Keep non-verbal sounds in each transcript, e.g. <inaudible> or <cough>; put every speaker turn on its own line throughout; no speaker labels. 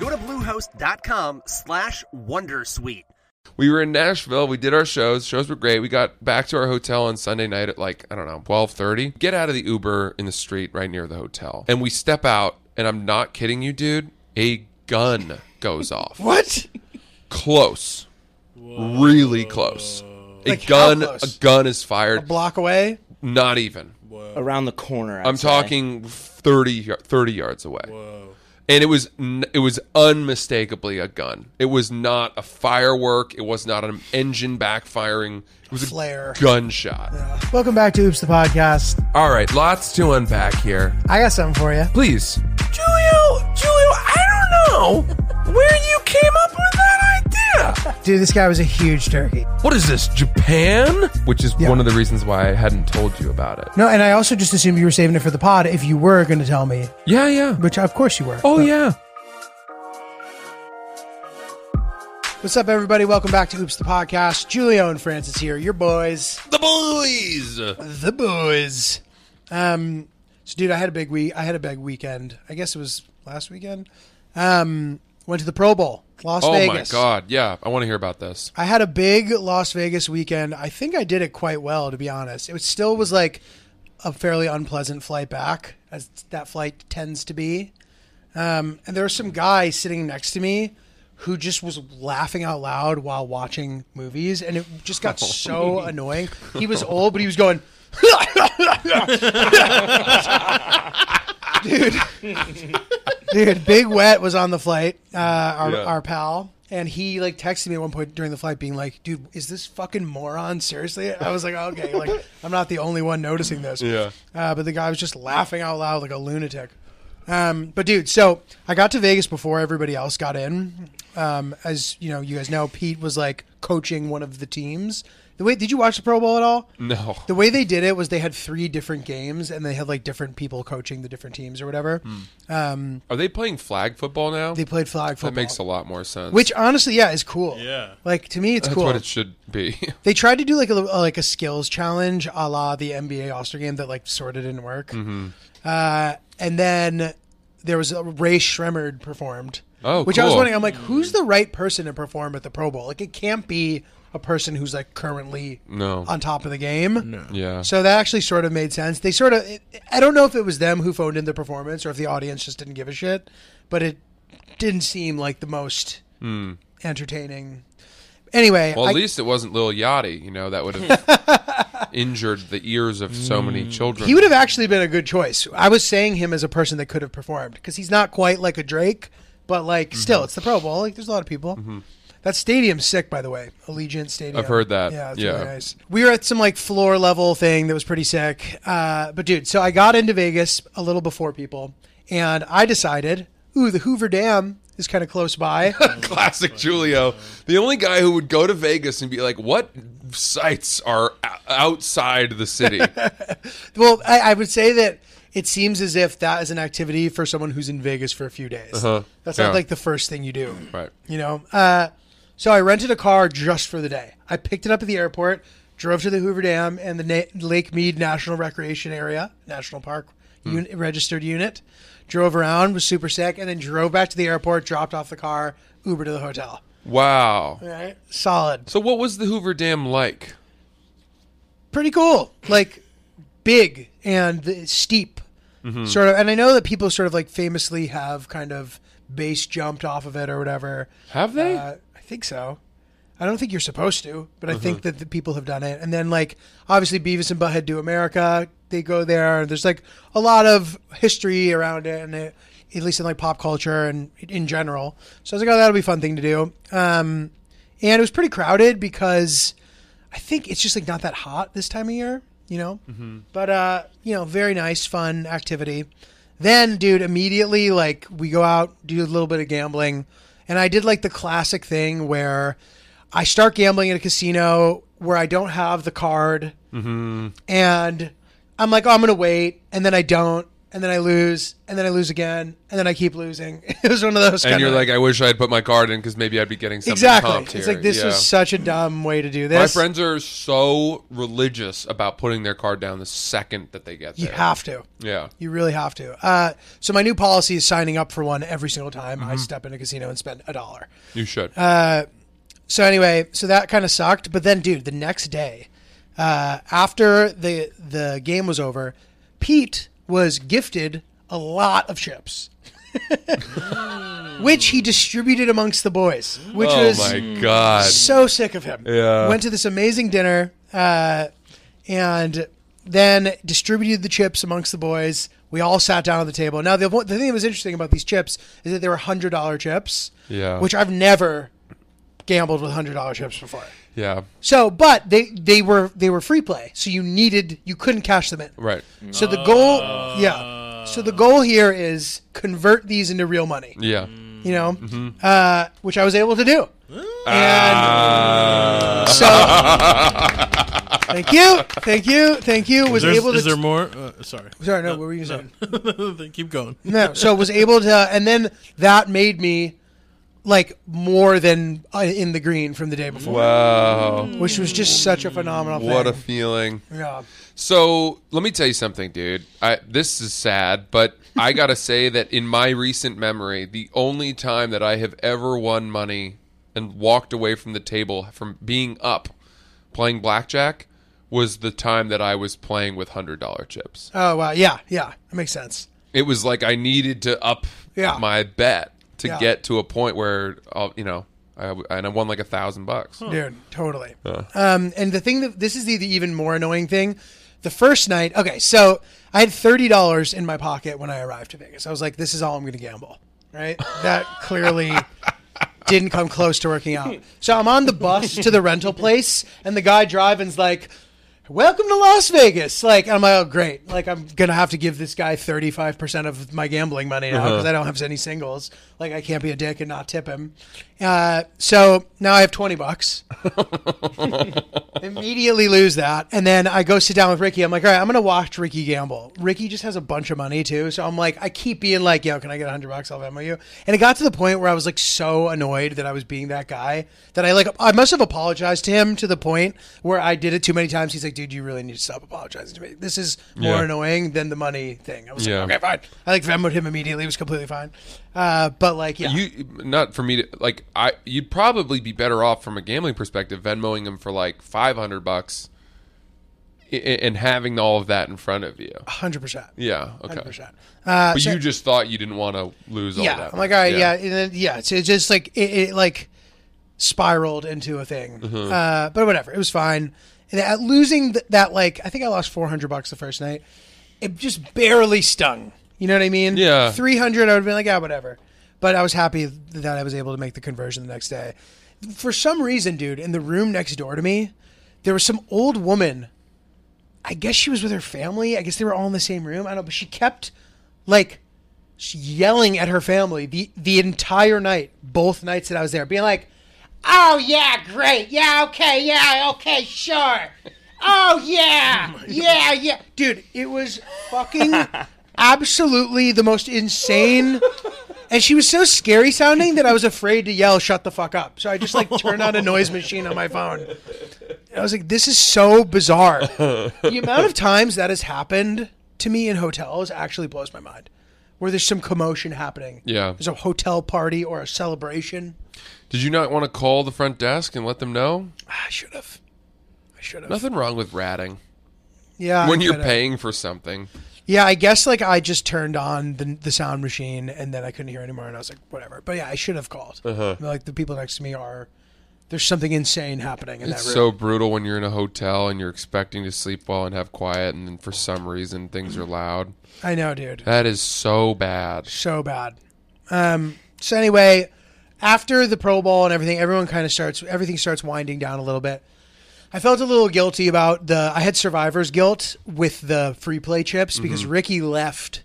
Go to bluehost.com/wondersuite. slash wondersuite.
We were in Nashville. We did our shows. Shows were great. We got back to our hotel on Sunday night at like I don't know twelve thirty. Get out of the Uber in the street right near the hotel, and we step out. And I'm not kidding you, dude. A gun goes off.
What?
Close, really close. A
Like, how
gun.
close?
A gun is
A
fired.
block away?
not even.
around the corner. i
I'm talking 30, y- 30 yards away. And it was n- it was unmistakably a gun. It was not a firework. It was not an engine backfiring. It was
Flare.
a gunshot.
Welcome back to Oops the Podcast.
All right, lots to unpack here.
I got something for you.
Please.
Julio, Julio, I don't know where you came up with that idea.
Dude, this guy was a huge turkey.
What is this, Japan?
Which is one of the reasons why I hadn't told you about it.
No, and I also just assumed you were saving it for the pod if you were going to tell me,
Yeah, yeah.
which of course you were.
Oh, yeah.
What's up, everybody? Welcome back to Oops the Podcast. Julio and Francis here, your boys.
The boys.
The boys. Um, so, dude, I had a big week. I had a big weekend. I guess it was last weekend. Um, went to the Pro Bowl, Las
Oh, my
Vegas.
God. Yeah, I want to hear about this.
I had a big Las Vegas weekend. I think I did it quite well, to be honest. It was, still was like a fairly unpleasant flight back, as that flight tends to be. Um, and there was some guy sitting next to me who just was laughing out loud while watching movies, and it just got so annoying. He was old, but he was going. <laughs> dude, dude, Big Wet was on the flight. Uh, our,
Yeah.
our pal. And he like texted me at one point during the flight, being like, "Dude, is this fucking moron seriously?" I was like, "Okay, like I'm not the only one noticing this."
Yeah.
Uh, but the guy was just laughing out loud like a lunatic. Um, but dude, so I got to Vegas before everybody else got in. Um, as you know, you guys know, Pete was like coaching one of the teams. The way did you watch the Pro Bowl at all?
No.
The way they did it was they had three different games and they had like different people coaching the different teams or whatever.
Hmm. Are they playing flag football now?
They played flag football,
that makes a lot more sense.
which honestly, yeah, is cool.
Yeah.
like to me, it's
That's
cool.
what it should be. <laughs>
They tried to do like a little- like a skills challenge, a la the NBA All Star Game, that like sort of didn't work.
Mm-hmm.
Uh, and then there was a Ray Shremmerd performed.
Oh,
which I was
cool.
wondering. I'm like, who's the right person to perform at the Pro Bowl? Like, it can't be a person who's like currently
No.
on top of the game. No.
yeah.
So that actually sort of made sense. They sort of, I don't know if it was them who phoned in the performance or if the audience just didn't give a shit, but it didn't seem like the most entertaining. Anyway,
Hmm. Well, at
I-
least it wasn't Lil Yachty. You know that would have
<laughs>
injured the ears of so many children.
He would have actually been a good choice. I was saying him as a person that could have performed because he's not quite like a Drake, but like
Mm-hmm.
still, it's the Pro Bowl. Like there's a lot of people. That stadium's sick, by the way, Allegiant Stadium.
I've heard that.
Yeah, it's
Yeah.
really nice. We were at some like floor level thing that was pretty sick. Uh, but dude, so I got into Vegas a little before people, and I decided, ooh, the Hoover Dam is kind of
<laughs>
close by.
Classic Julio, the only guy who would go to Vegas and be like, "What sites are o- outside the
<laughs>
city?"
Well, I, I would say that it seems as if that is an activity for someone who's in Vegas for a few days.
Uh-huh.
That's
Yeah.
not like the first thing you do.
Right.
You know? Uh, so I rented a car just for the day. I picked it up at the airport, drove to the Hoover Dam and the Na- Lake Mead National Recreation Area, National Park uni- registered unit, drove around, was super sick, and then drove back to the airport, dropped off the car, Uber to the hotel.
Wow.
All right. Solid.
So, what was the Hoover Dam like?
pretty cool. Like big and the- steep, sort of. And I know that people sort of like famously have kind of base jumped off of it or whatever.
Have they?
Uh, I think so. I don't think you're supposed to, but I think that the people have done it. And then like obviously Beavis and Butthead do America. They go there. There's like a lot of history around it, and it, at least in like pop culture and in general. So I was like, oh, that'll be a fun thing to do. Um, and it was pretty crowded because I think it's just like not that hot this time of year, you know.
Mm-hmm.
But uh, you know, very nice, fun activity. Then, dude, immediately like we go out, do a little bit of gambling, And I did like the classic thing where I start gambling at a casino where I don't have the card,
Mm-hmm.
and I'm like, oh, I'm gonna wait, and then I don't, and then I lose, and then I lose again, and then I keep losing. <laughs> it was one of those.
And
kinda-
you're like, I wish I had put my card in because maybe I'd be getting something
exactly.
pumped
It's
here."
like this
yeah.
was such a dumb way to do
My
this.
friends are so religious about putting their card down the second that they get there.
you have to.
Yeah.
You really have to. Uh, so my new policy is signing up for one every single time I step in a casino and spend a dollar.
You should.
So anyway, so that kind of sucked. But then, dude, the next day, uh, after the the game was over, Pete was gifted a lot of chips, <laughs> which he distributed amongst the boys, which
oh
was
my god.
so sick of him.
Yeah.
Went to this amazing dinner uh, and then distributed the chips amongst the boys. We all sat down at the table. Now, the, one- the thing that was interesting about these chips is that they were $100 chips,
Yeah.
which I've never gambled with $100 chips before.
Yeah.
So, but they, they were they were free play, so you needed you couldn't cash them in.
Right.
So the goal, yeah. So the goal here is convert these into real money.
Yeah.
You know, uh, which I was able to do.
Ah.
So, thank you, thank you, thank you. Was
There's-
able to.
is there more? Uh, sorry. <laughs>
sorry, no. What were you saying?
Keep going.
No. So was able to, and then that made me like more than uh, in the green from the day before,
wow.
which was just such a phenomenal
What a
thing.
feeling.
yeah.
So let me tell you something, dude. I, this is sad, but
<laughs>
I gotta say that in my recent memory, the only time that I have ever won money and walked away from the table from being up playing blackjack was the time that I was playing with hundred dollar chips.
Oh wow. Yeah. Yeah. That makes sense.
It was like I needed to up
Yeah.
my bet to
Yeah.
get to a point where I'll, you know, I, and I won like a thousand bucks.
Dude, totally. Um, and the thing that this is the, the even more annoying thing. The first night, okay, so I had thirty dollars in my pocket when I arrived to Vegas. I was like, "This is all I'm going to gamble." Right? That clearly didn't come close to working out. So I'm on the bus to the rental place, and the guy driving's like, "Welcome to Las Vegas." Like, I'm like, "Oh, great!" Like, I'm gonna have to give this guy thirty five percent of my gambling money now because I don't have any singles. Like, I can't be a dick and not tip him. Uh, so now I have twenty bucks immediately lose that. And then I go sit down with Ricky. I'm like, all right, I'm going to watch Ricky gamble. Ricky just has a bunch of money too. So I'm like, I keep being like, yo, can I get 100 bucks? I'll Venmo you. And it got to the point where I was like so annoyed that I was being that guy that I like, I must have apologized to him to the point where I did it too many times. He's like, dude, you really need to stop apologizing to me. This is more
Yeah.
annoying than the money thing. I was
Yeah.
like, okay, fine. I like Venmoed him immediately. It was completely fine. Uh, but like, yeah.
You not for me to like I you'd probably be better off from a gambling perspective Venmoing him for like 500 bucks i- i- and having all of that in front of
<sighs>
you.
100%.
Yeah, okay.
100%. Uh,
But you just thought you didn't want to lose all
yeah,
that.
I'm like, all right, yeah, and then, yeah. So it just like it, it like spiraled into a thing.
Mm-hmm.
Uh, but whatever, it was fine. And at losing th- that, like, I think I lost 400 bucks the first night. It just barely stung. You know what I mean?
Yeah.
300, I would have been like, ah, whatever. But I was happy that I was able to make the conversion the next day. For some reason, dude, in the room next door to me, there was some old woman I guess she was with her family. I guess they were all in the same room. I don't know, but she kept like she yelling at her family the the entire night, both nights that I was there, being like, "Oh yeah, great, yeah, okay, yeah, okay, sure, oh yeah, yeah, yeah, dude, it was fucking absolutely the most insane." And she was so scary sounding that I was afraid to yell, shut the fuck up. So I just like turned on a noise machine on my phone. I was like, this is so bizarre. the amount of times that has happened to me in hotels actually blows my mind. Where there's some commotion happening.
Yeah.
There's a hotel party or a celebration.
Did you not want to call the front desk and let them know?
I should have. I should have.
Nothing wrong with ratting
Yeah. I
when you're
coulda.
paying for something.
Yeah, I guess like I just turned on the, the sound machine and then I couldn't hear anymore and I was like, whatever. But yeah, I should have called. Like the people next to me are, there's something insane happening in
It's
that room.
so brutal when you're in a hotel and you're expecting to sleep well and have quiet, and then for some reason things are loud.
I know, dude.
That is so bad.
so bad. Um, so anyway, after the Pro Bowl and everything, everyone kind of starts everything starts winding down a little bit. I felt a little guilty about the I had survivor's guilt with the
Mm-hmm. Mm-hmm.
free play chips because Ricky left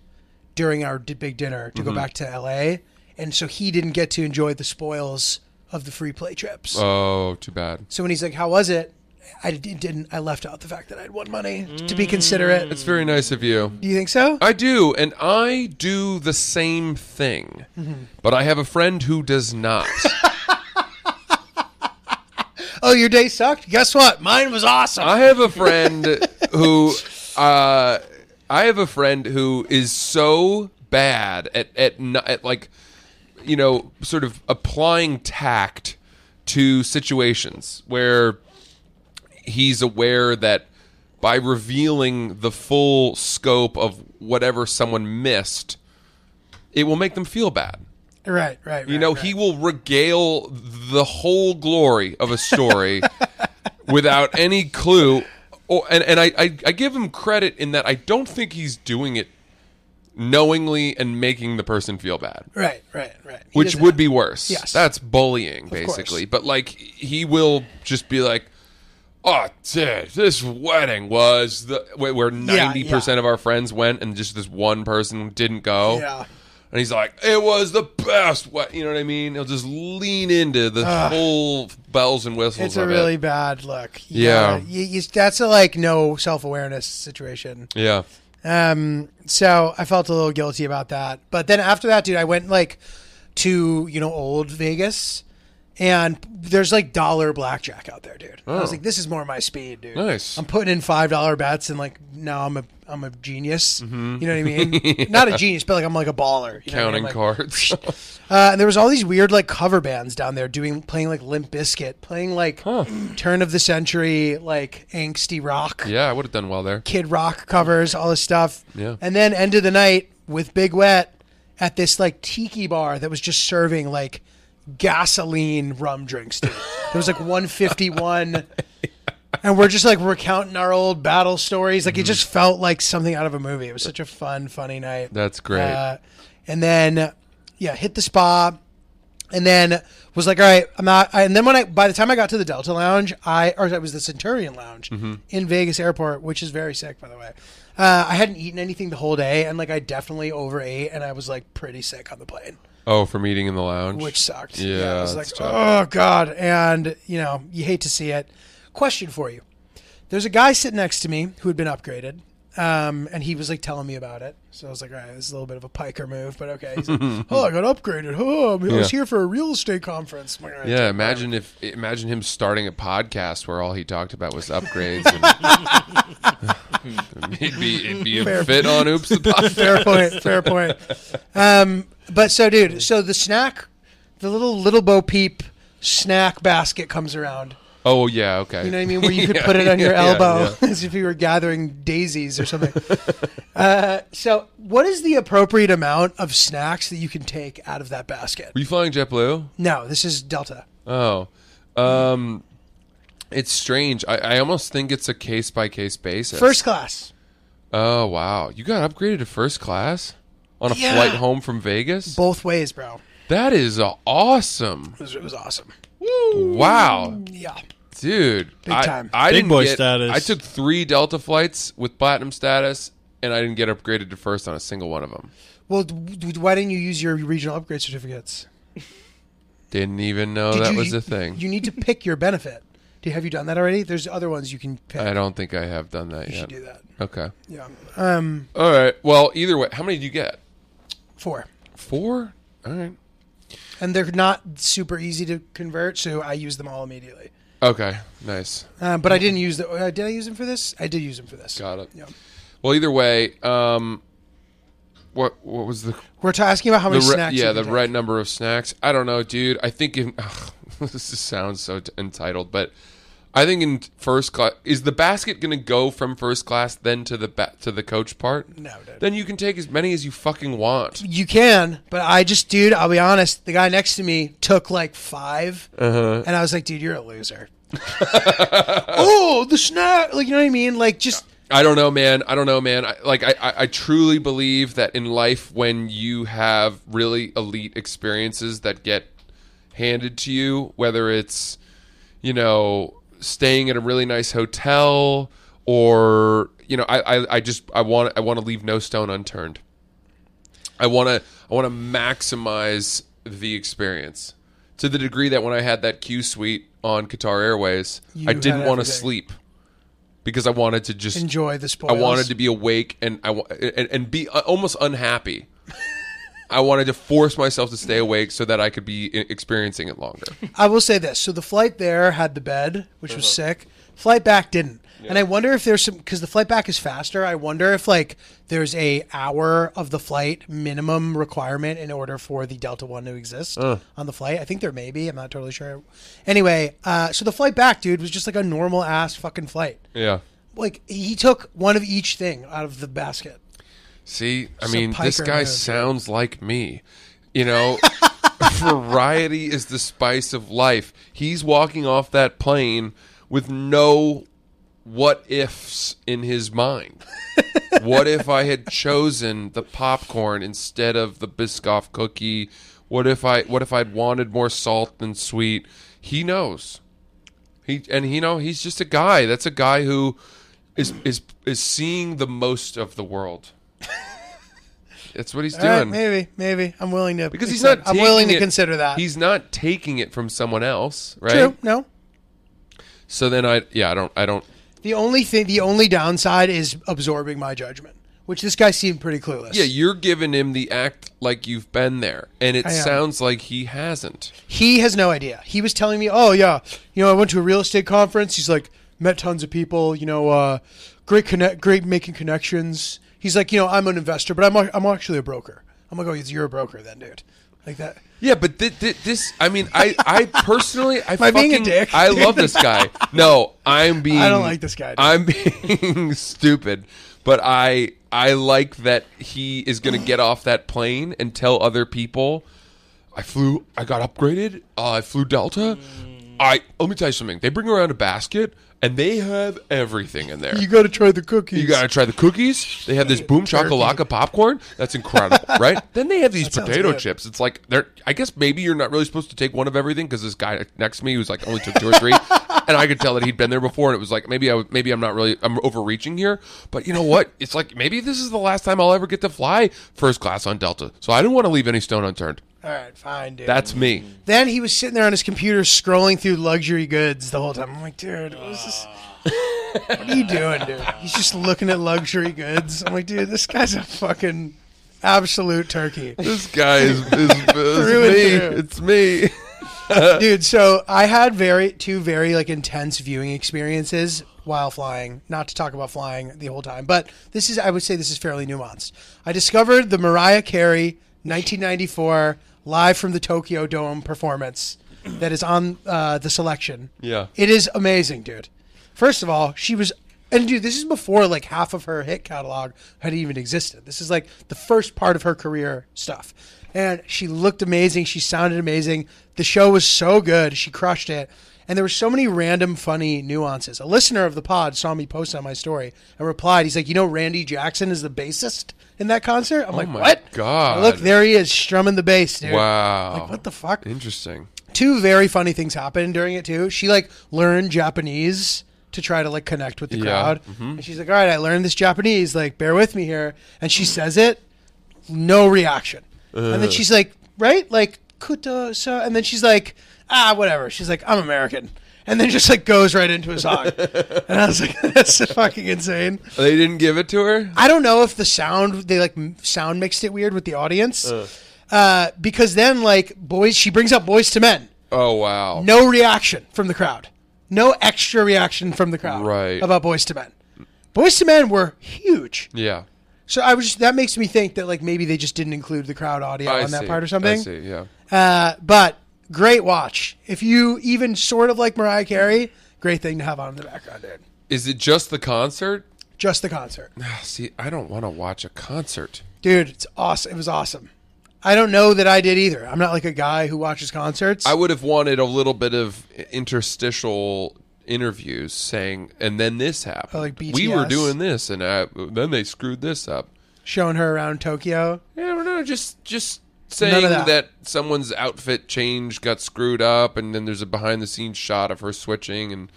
during our d- big dinner to go back to LA and so he didn't get to enjoy the spoils of the free play trips.
Oh, too bad.
so when he's like, "How was it?" I d- didn't. I left out the fact that I'd won money to be considerate.
It's very nice of you.
Do you think so?
Mm. I do, and I do the same thing, but I have a friend who does not.
oh, your day sucked. Guess what? Mine was awesome.
I have a friend who, uh, I have a friend who is so bad at at, n- at like, you know, sort of applying tact to situations where he's aware that by revealing the full scope of whatever someone missed, it will make them feel bad.
right, right, right.
You know, he will regale the whole glory of a
<laughs>
story without any clue. Or, and and I, I, I give him credit in that I don't think he's doing it knowingly and making the person feel bad,
Right, right, right. He
which
doesn't-
would be worse.
Yes.
That's bullying,
course.
basically. But, like, he will just be like, Oh, dude, this wedding was the where- where
Yeah,
ninety percent of our friends went, and just this one person didn't go.
Yeah.
And he's like, it was the best. What you know what I mean? He'll just lean into the whole bells and whistles.
Ah. It's a
of
really
it.
bad look.
Yeah.
you, you, that's a like no self awareness situation.
yeah.
Um, so I felt a little guilty about that. But then after that, dude, I went like to you know old Vegas, and there's like dollar blackjack out there, dude. I was
Oh.
like, this is more my speed, dude.
Nice.
I'm putting in five dollar bets, and like now I'm a I'm a genius. You know what I mean?
<laughs>
Not a genius, but like I'm like a baller. you know what I mean?
Mm-hmm. Counting
Like, <laughs>
cards. <laughs>
uh, and there was all these weird like cover bands down there doing playing like Limp Bizkit, playing like turn of the century like angsty rock,
yeah, I would have done well there.
Kid Rock covers, all this stuff.
Yeah.
And then end of the night with Big Wet at this like tiki bar that was just serving like gasoline rum drinks. Dude. There
<laughs>
was like 151 and we're just like recounting our old battle stories.
Mm-hmm.
Like it just felt like something out of a movie. It was such a fun, funny night.
That's great.
Uh, and then, yeah, hit the spa, and then was like, all right, I'm not. I, and then when I, by the time I got to the Delta Lounge, I or that was the Centurion Lounge
Mm-hmm.
in Vegas Airport, which is very sick, by the way. Uh, I hadn't eaten anything the whole day, and like I definitely overate, and I was like pretty sick on the plane,
oh, from eating in the lounge.
which sucked.
Yeah,
I was like,
that's
oh god, and you know, you hate to see it. Question for you: There's a guy sitting next to me who had been upgraded. Um, and he was like telling me about it. So I was like, all right, this is a little bit of a piker move, but okay.
<laughs>
He's like, oh, I got upgraded. Oh, I was
Yeah.
here for a real estate conference. I'm like, all right,
yeah, imagine if imagine him starting a podcast where all he talked about was upgrades. And
<laughs>
it'd be it'd be a fit on Oops the podcast.
fair
<laughs>
point. Fair point. Um, but so, dude, so the snack, the little little Bo Peep snack basket comes around.
Oh yeah, okay.
You know what
<laughs>
I mean? Where you could
Yeah,
put it on your
yeah,
elbow
yeah.
<laughs> as if you were gathering daisies or something. <laughs> uh, so, what is the appropriate amount of snacks that you can take out of that basket?
Were you flying JetBlue?
No, this is Delta.
Oh, um, it's strange. I, I almost think it's a case by case basis.
First class.
Oh wow, you got upgraded to first class on a
Yeah.
flight home from Vegas.
Both ways, bro.
That is uh, awesome.
It was, it was awesome.
Wow,
Yeah.
dude, big
time.
I, I
Big
didn't
boy
get-
status.
I took three Delta flights with platinum status, and I didn't get upgraded to first on a single one of them.
Well, d- d- why didn't you use your regional upgrade certificates?
Didn't even know
Did
Oh, that
you-
was a thing.
You need to pick your benefit. <laughs> Do you, have you done that already? There's other ones you can pick.
I don't think I have done that
you
yet.
should do that.
Okay.
Yeah. Um,
All right. Well, either way, how many did you get?
four.
Four. All right.
And they're not super easy to convert, so I use them all immediately.
Okay. Nice.
Um, but I didn't use the. Uh, did I use them for this? I did use them for this.
Got it.
Yeah.
Well, either way, um, what what was the
We're ta- asking about how
the
many
re-
snacks.
yeah
you
the
can take.
right number of snacks? I don't know, dude. I think in, <laughs> ugh, this just sounds so t- entitled, but I think in first class is the basket going to go from first class then to the ba- to the coach part?
No, dude.
Then you can take as many as you fucking want.
You can, but I just, dude. I'll be honest. The guy next to me took like 5
Uh-huh.
and I was like, dude, you're
<laughs>
a loser. oh, the snack. Like you know what I mean? Like just.
I don't know, man. I don't know, man. I, like, I, I, I truly believe that in life, when you have really elite experiences that get handed to you, whether it's, you know, staying at a really nice hotel or, you know, I, I, I just, I want, I want to leave no stone unturned. I want to, I I want to maximize the experience to the degree that when I had that Q suite on Qatar Airways,
You
I
had
didn't want to
everything.
sleep because I wanted to just
Enjoy the
I
spoils.
wanted to be awake and I wa- and, and be uh, almost unhappy. <laughs> I wanted to force myself to stay awake so that I could be e- experiencing it longer.
I will say this. So the flight there had the bed, which was
Uh-huh.
sick. Flight back didn't. And I wonder if there's some because the flight back is faster. I wonder if like there's a hour of the flight minimum requirement in order for the Delta One to exist on the flight. I think there may be. I'm not totally sure. Anyway, uh, so the flight back, dude, was just like a normal ass fucking flight.
Yeah.
Like he took one of each thing out of the basket.
See, I
So
mean, this
Piker
guy
knows.
sounds like me. You know, <laughs> variety is the spice of life. He's walking off that plane with no what ifs in his mind. what if I had chosen the popcorn instead of the Biscoff cookie? What if I what if I'd wanted more salt than sweet? He knows. He and you know, he's just a guy. That's a guy who is is is seeing the most of the world. That's what he's
All right,
doing.
maybe, maybe I'm willing to
because he's
accept-
not
I'm
taking
willing to
it-
consider that.
He's not taking it from someone else, right?
true. No,
So then I yeah, I don't I don't
The only thing, the only downside is absorbing my judgment, which this guy seemed pretty clueless.
Yeah, you're giving him the act like you've been there, and it
I am.
sounds like he hasn't.
he has no idea. He was telling me, "Oh yeah, you know, I went to a real estate conference. He's like, met tons of people. You know, uh, great connect, great making connections. He's like, you know, I'm an investor, but I'm a- I'm actually a broker. I'm like, oh, you're a broker then, dude. Like that.
Yeah, but thi- thi- this, I mean, I, I personally,
<laughs>
I
I
fucking,
being a dick?
I love this guy. No, I'm being,
<laughs> I don't like this guy, dude.
I'm <laughs> being stupid, but I, I like that he is going to get off that plane and tell other people, I flew, I got upgraded, uh, I flew Delta. I let me tell you something. They bring around a basket and they have everything in there.
You got to try the cookies.
You gotta try the cookies. They have this boom chocolate popcorn. That's
<laughs>
incredible, right? Then they have these
sounds
potato
good.
chips. It's like they're. I guess maybe you're not really supposed to take one of everything because this guy next to me was like only took two or three, and I could tell that he'd been there before. And it was like maybe I would- maybe I'm not really I'm overreaching here. But you know what? It's like maybe this is the last time I'll ever get to fly first class on Delta. So I didn't want to leave any stone unturned.
All right, fine, dude.
That's me.
then he was sitting there on his computer scrolling through luxury goods the whole time. I'm like, dude, what is this? What are you doing, dude? He's just looking at luxury goods. I'm like, dude, this guy's a fucking absolute turkey.
This guy is,
<laughs>
is, is
Through and through.
me. It's me. <laughs>
Dude, so I had very two very like intense viewing experiences while flying. Not to talk about flying the whole time, but this is I would say this is fairly nuanced. I discovered the Mariah Carey 1994 live from the Tokyo Dome performance that is on uh, the selection.
Yeah.
It is amazing, dude. First of all, she was and dude, this is before like half of her hit catalog had even existed. This is like the first part of her career stuff. And she looked amazing, she sounded amazing. The show was so good, she crushed it. And there were so many random funny nuances. A listener of the pod saw me post on my story and replied, he's like, "You know Randy Jackson is the bassist in that concert?" I'm like,
Oh my
"What?"
God.
Look, there he is strumming the bass, dude.
Wow.
Like what the fuck?
Interesting.
two very funny things happened during it too. She like learned Japanese to try to like connect with the
Yeah.
crowd, and she's like, "All right, I learned this Japanese. Like, bear with me here." And she says it, no reaction, and then she's like, "Right, like kuto so," and then she's like, "Ah, whatever." She's like, "I'm American." And then just like goes right into a song, and I was like, <laughs> "That's fucking insane."
They didn't give it to her.
I don't know if the sound they like m- sound mixed it weird with the audience, uh, because then like boys, she brings up boys to men,
Oh wow.
no reaction from the crowd. No extra reaction from the crowd
Right.
about Boys to Men. Boys to Men were huge.
Yeah.
So I was just, that makes me think that like maybe they just didn't include the crowd audio
I
on that
see.
part or
I
something.
see, yeah.
Uh, but great watch. If you even sort of like Mariah Carey, great thing to have on in the background, dude.
Is it just the concert?
Just the concert.
Ah, See, I don't want to watch a concert.
Dude, it's awesome. It was awesome. I don't know that I did either. I'm not like a guy who watches concerts.
I would have wanted a little bit of interstitial interviews saying, and then this happened.
Oh, like
We were
BTS?
doing this, and I, then they screwed this up.
showing her around Tokyo.
Yeah, no, just just
None of
saying
that.
that. someone's outfit change got screwed up, and then there's a behind the scenes shot of her switching and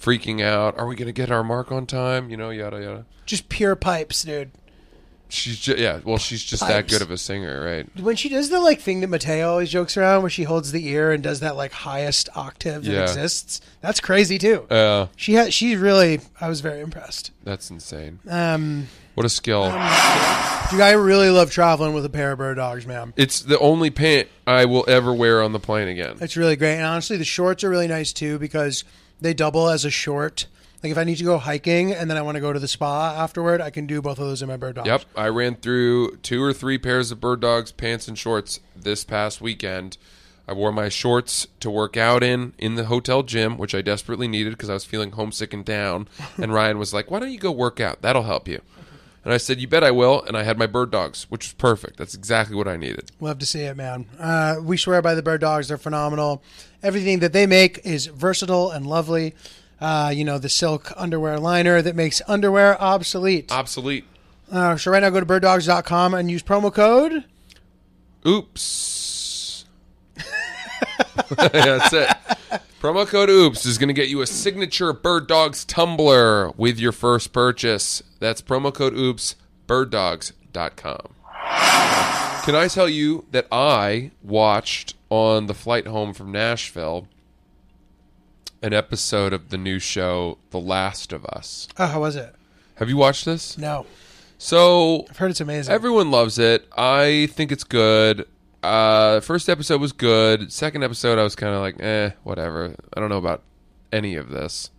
freaking out. Are we gonna get our mark on time? You know, yada yada.
Just pure pipes, dude.
She's just, yeah. Well, she's just that
Pipes.
good of a singer, right?
When she does the like thing that Mateo always jokes around, where she holds the ear and does that like highest octave
Yeah.
that exists, that's crazy too.
Uh,
she had she really, I was very impressed.
that's insane.
Um,
What a skill.
dude, I really love traveling with a pair of bird dogs, man.
it's the only pant I will ever wear on the plane again.
It's really great, and honestly, the shorts are really nice too because they double as a short. Like if I need to go hiking and then I want to go to the spa afterward, I can do both of those in my bird dogs.
Yep, I ran through two or three pairs of bird dogs, pants, and shorts this past weekend. I wore my shorts to work out in in the hotel gym, which I desperately needed because I was feeling homesick and
<laughs>
down. And Ryan was like, "Why don't you go work out? That'll help you." And I said, "You bet I will." And I had my bird dogs, which was perfect. That's exactly what I needed.
Love to see it, man. Uh, we swear by the bird dogs; they're phenomenal. Everything that they make is versatile and lovely. Uh, you know the silk underwear liner that makes underwear obsolete.
Obsolete.
Uh, so right now, go to birddogs.com and use promo code.
Oops. <laughs> That's it. Promo code OOPS is going to get you a signature Bird Dogs tumbler with your first purchase. That's promo code OOPS, birddogs.com. Can I tell you that I watched on the flight home from Nashville an episode of the new show, The Last of Us?
Oh, how was it?
Have you watched this?
No,
So
I've heard it's amazing.
Everyone loves it. I think it's good. Uh, first episode was good. Second episode, I was kind of like, eh, whatever. I don't know about any of this.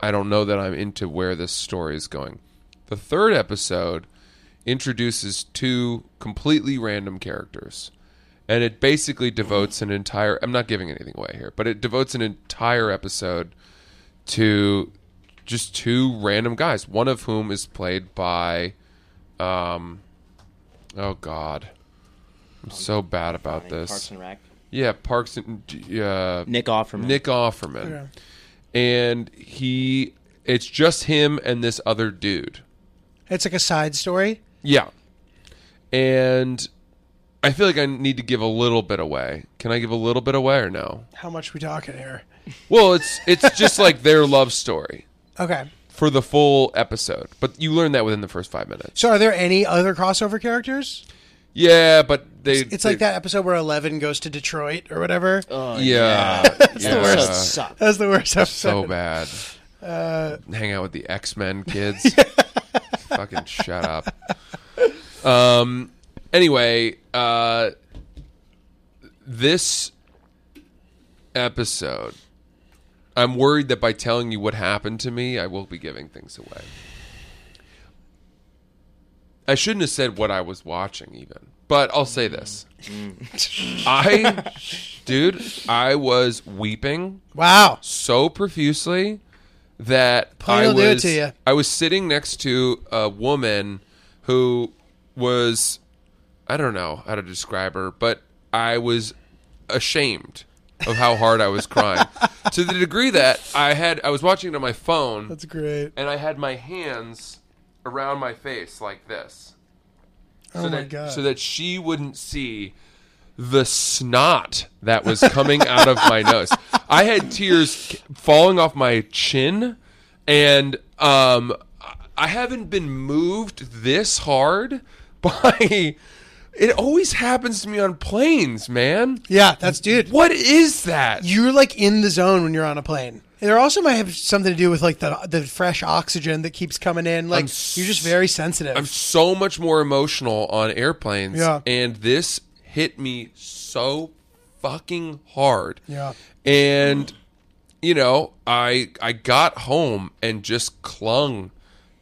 I don't know that I'm into where this story is going. The third episode introduces two completely random characters. And it basically devotes an entire. I'm not giving anything away here, but it devotes an entire episode to just two random guys, one of whom is played by um oh god. I'm so bad about
Parks
this.
and Rec.
Yeah, Parks and uh,
Nick Offerman.
Nick Offerman. And he it's just him and this other dude.
it's like a side story.
Yeah. And I feel like I need to give a little bit away. Can I give a little bit away or no?
How much we talking here?
Well, it's it's just like their love story
Okay.
for the full episode. But you learn that within the first 5 minutes.
So, are there any other crossover characters?
Yeah, but they
It's like
they-
that episode where Eleven goes to Detroit or whatever.
Oh,
Yeah.
It's the worst. Suck.
That's the worst episode.
Uh, so
<laughs>
bad. Hang out with the X Men kids. Fucking shut up. Um. Anyway, uh, this episode, I'm worried that by telling you what happened to me, I will be giving things away. I shouldn't have said what I was watching, even. But I'll say this. I, dude, I was weeping
Wow.
so profusely that
Porn
I
will do it
was
to you.
I was sitting next to a woman who was I don't know how to describe her, but I was ashamed of how hard I was
<laughs>
crying to the degree that I had I was watching it on my phone
That's great.
and I had my hands around my face like this
Oh
so
my
that,
god.
so that she wouldn't see the snot that was coming out of my nose. I had tears c- falling off my chin, and um, I- I haven't been moved this hard <laughs> by. It always happens to me on planes, man.
yeah, that's dude.
What is that?
You're like in the zone when you're on a plane. And There also might have something to do with like the the fresh oxygen that keeps coming in. Like
s-
you're just very sensitive.
I'm so much more emotional on airplanes.
Yeah.
And this hit me so fucking hard.
Yeah.
And you know, I I got home and just clung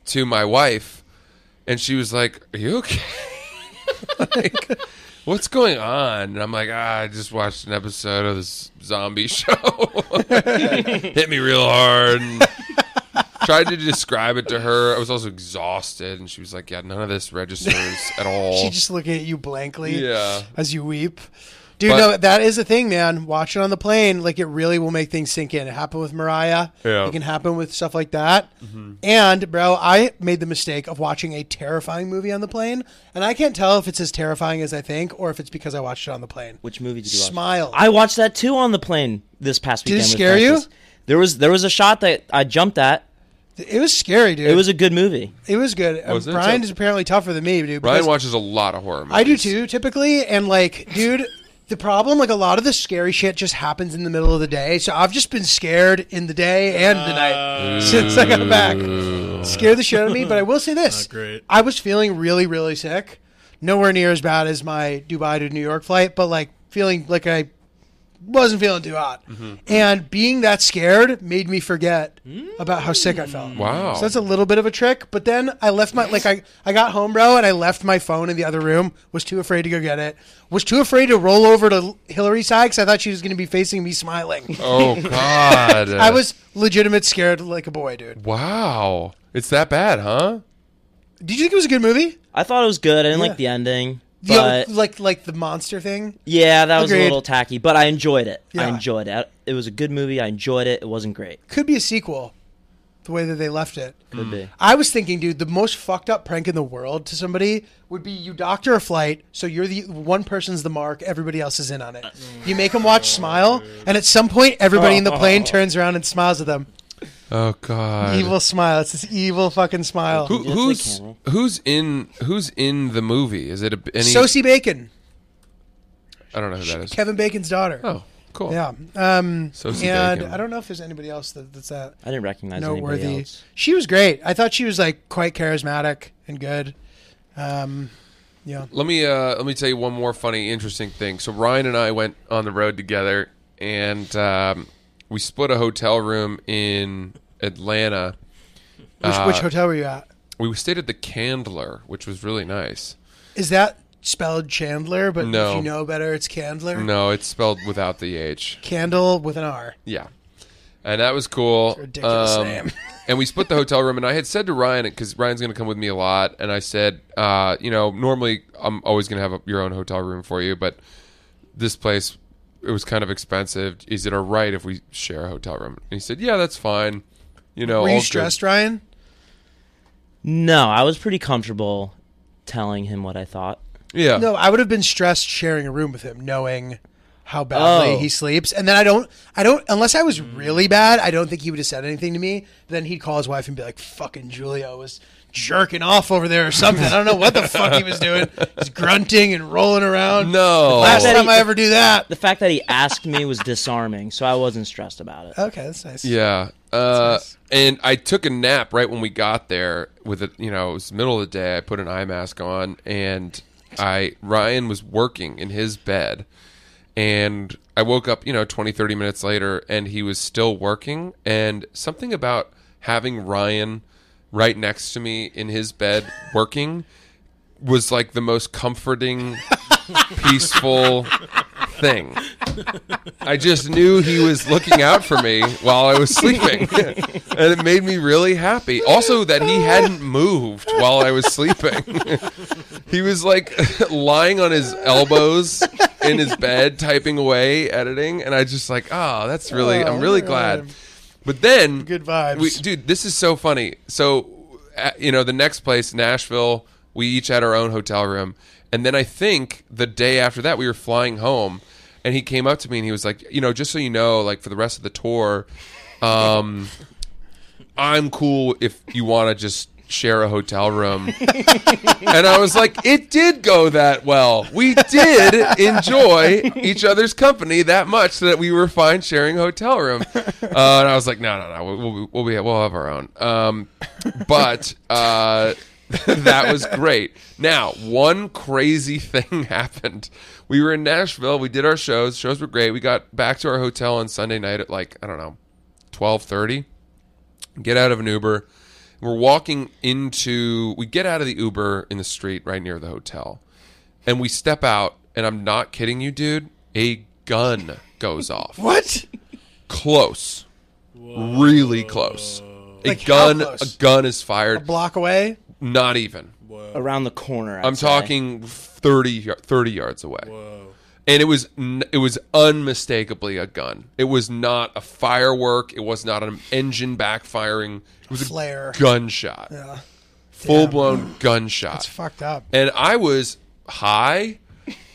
to my wife and she was like, "Are you okay?" like, what's going on? And I'm like, "Ah, I just watched an episode of this zombie <laughs> show. Hit me real hard." And <laughs> tried to describe it to her. I was also exhausted and she was like, "Yeah, none of this
<laughs>
registers at all."
She's just looking at you blankly.
Yeah.
As you weep. Dude,
But-
no, that is a thing, man. Watching on the plane, like it really will make things sink in. It happened with Mariah.
Yeah. Mm-hmm.
It can happen with stuff like that. And, bro, I made the mistake of watching a terrifying movie on the plane, and I can't tell if it's as terrifying as I think or if it's because I watched it on the plane.
Which movie did you watch?
Smile.
I watched that too on the plane this past
it
weekend. with
scare you?
Francis. There was there was a shot that I jumped at,
It was scary, dude.
It was a good movie.
It was good. Uh,
Was it?
Brian is apparently tougher than me, dude.
Ryan
because
watches a lot of horror movies.
I do too, typically. And like, dude, the problem, like, a lot of the scary shit just happens in the middle of the day. So I've just been scared in the day and the
Uh.
night since I got back. Scared the shit out of me. But I will say this:
Not great.
I was feeling really, really sick. Nowhere near as bad as my Dubai to New York flight, but like feeling like I wasn't feeling too hot.
Mm-hmm.
And being that scared made me forget about how sick I felt.
Wow.
So that's a little bit of a trick. But then I left my like I, I got home, bro, and I left my phone in the other room, was too afraid to go get it. Was too afraid to roll over to Hillary's side because I thought she was gonna be facing me smiling.
Oh God.
<laughs> I was legitimate scared like a boy, dude.
Wow. It's that bad, huh?
Did you think it was a good movie?
I thought it was good. I didn't
Yeah.
like the ending,
The
but
other- like like the monster thing?
yeah, that was a
Agreed.
little tacky. But I enjoyed it. I
Yeah.
enjoyed it. It was a good movie. I enjoyed it. It wasn't great.
Could be a sequel, the way that they left it.
Could be.
I was thinking, dude, the most fucked up prank in the world to somebody would be you doctor a flight, so you're the one person's the mark, everybody else is in on it. You make them watch smile, and at some point, everybody in the plane turns around and smiles at them.
Oh God.
Evil smile. It's this evil fucking smile.
Who,
Yes, they
who's
can,
who's in who's in the movie? Is it a, any?
Sosie Bacon,
I don't know who that is.
Kevin Bacon's daughter.
Oh, cool.
Yeah. Um,
Sosie
and
Bacon.
I don't know if there's anybody else that, that's that
I didn't recognize anybody
noteworthy.
else.
She was great. I thought she was like quite charismatic and good. Um, yeah.
Let me uh, let me tell you one more funny, interesting thing. So Ryan and I went on the road together, and um, we split a hotel room in Atlanta.
Which,
Uh,
which hotel were you at?
We stayed at the Candler, which was really nice.
Is that spelled Chandler? But
No.
if you know better, it's Candler.
No, it's spelled without the H.
Candle with an R.
Yeah. And that was cool. Um,
a ridiculous name.
<laughs> and we split the hotel room. And I had said to Ryan, because Ryan's going to come with me a lot. And I said, uh, you know, normally I'm always going to have a, your own hotel room for you, but this place, it was kind of expensive. Is it all right if we share a hotel room? And he said, yeah, that's fine. You know,
Were
all
you
good.
stressed, Ryan?
No, I was pretty comfortable telling him what I thought.
Yeah.
No, I would have been stressed sharing a room with him, knowing how badly
Oh.
he sleeps. And then I don't, I don't, unless I was really bad, I don't think he would have said anything to me. Then he'd call his wife and be like, "Fucking Julio was jerking off over there or something." I don't know what the fuck he
<laughs>
was doing. He's grunting and rolling around.
No.
last
That he-
time I ever do that.
The fact that he asked me was disarming, so I wasn't stressed about it.
Okay, that's nice.
Yeah. Uh, and I took a nap right when we got there. With it, you know, it was the middle of the day. I put an eye mask on, and I Ryan was working in his bed, and I woke up, you know, 20, 30 minutes later, and he was still working. And something about having Ryan right next to me in his bed working was like the most comforting, peaceful thing. I just knew he was looking out for me while I was sleeping. <laughs> and it made me really happy. Also, that he hadn't moved while I was sleeping. <laughs> he was like <laughs> lying on his elbows in his bed, typing away, editing. And I just like, oh, that's really,
Oh,
I'm really
man.
glad. But then,
Good vibes.
we, dude. This is so funny. So, uh, you know, the next place, Nashville, we each had our own hotel room, and then I think the day after that, we were flying home, and he came up to me and he was like, you know, just so you know, like for the rest of the tour, um, I'm cool if you want to just share a hotel room. and I was like, it did go that well. We did enjoy each other's company that much that we were fine sharing a hotel room. Uh, and I was like, no, no, no, we'll, we'll, be- we'll, be, we'll have our own. Um, but uh, <laughs> that was great. Now, one crazy thing <laughs> happened. We were in Nashville. We did our shows. Shows were great. We got back to our hotel on Sunday night at like, I don't know, 1230 get out of an Uber. We're walking into, we get out of the Uber in the street right near the hotel. And we step out, and I'm not kidding you, dude, a gun goes off.
What?
Close. Really close. A
Like, how
gun
close?
a gun is fired.
A block away.
not even.
Around the corner, i
I'm talking 30, yar- 30 yards away. And it was n- it was unmistakably a gun. It was not a firework. It was not an engine backfiring. It was
Flare.
a gunshot.
Yeah.
Full blown gunshot
It's fucked up.
and I was high,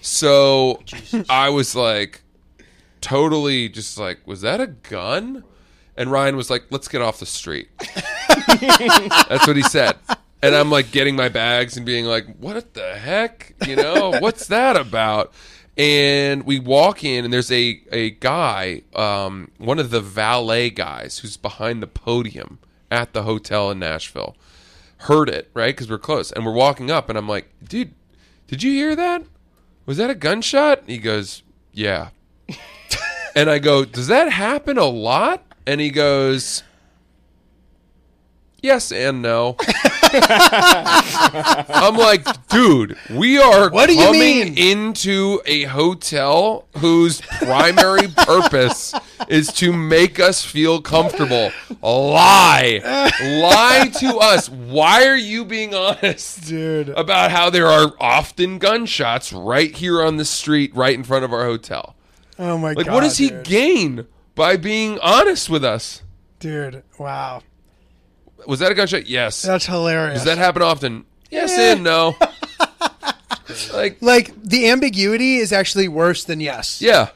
so I was like, totally, just like, was that a gun? And Ryan was like, let's get off the street. That's what he said. And I'm like getting my bags and being like, what the heck? You know, what's that about? And we walk in, and there's a, a guy, um, one of the valet guys who's behind the podium at the hotel in Nashville, heard it, right? Because we're close. And we're walking up, and I'm like, dude, did you hear that? Was that a gunshot? And he goes, yeah. <laughs> and I go, does that happen a lot? And he goes, yes and
<laughs>
no. I'm like, dude, we are
What do you
coming
mean?
into a hotel whose
<laughs>
primary purpose is to make us feel comfortable. Lie. Lie to us. Why are you being honest?
Dude.
About how there are often gunshots right here on the street, right in front of our hotel.
Oh my
Like,
god.
what does he
dude.
gain by being honest with us?
Dude, wow.
Was that a gunshot? Yes.
That's hilarious.
Does that happen often? Yes
Yeah.
and
<laughs>
no. like,
like the ambiguity is actually worse than yes.
yeah,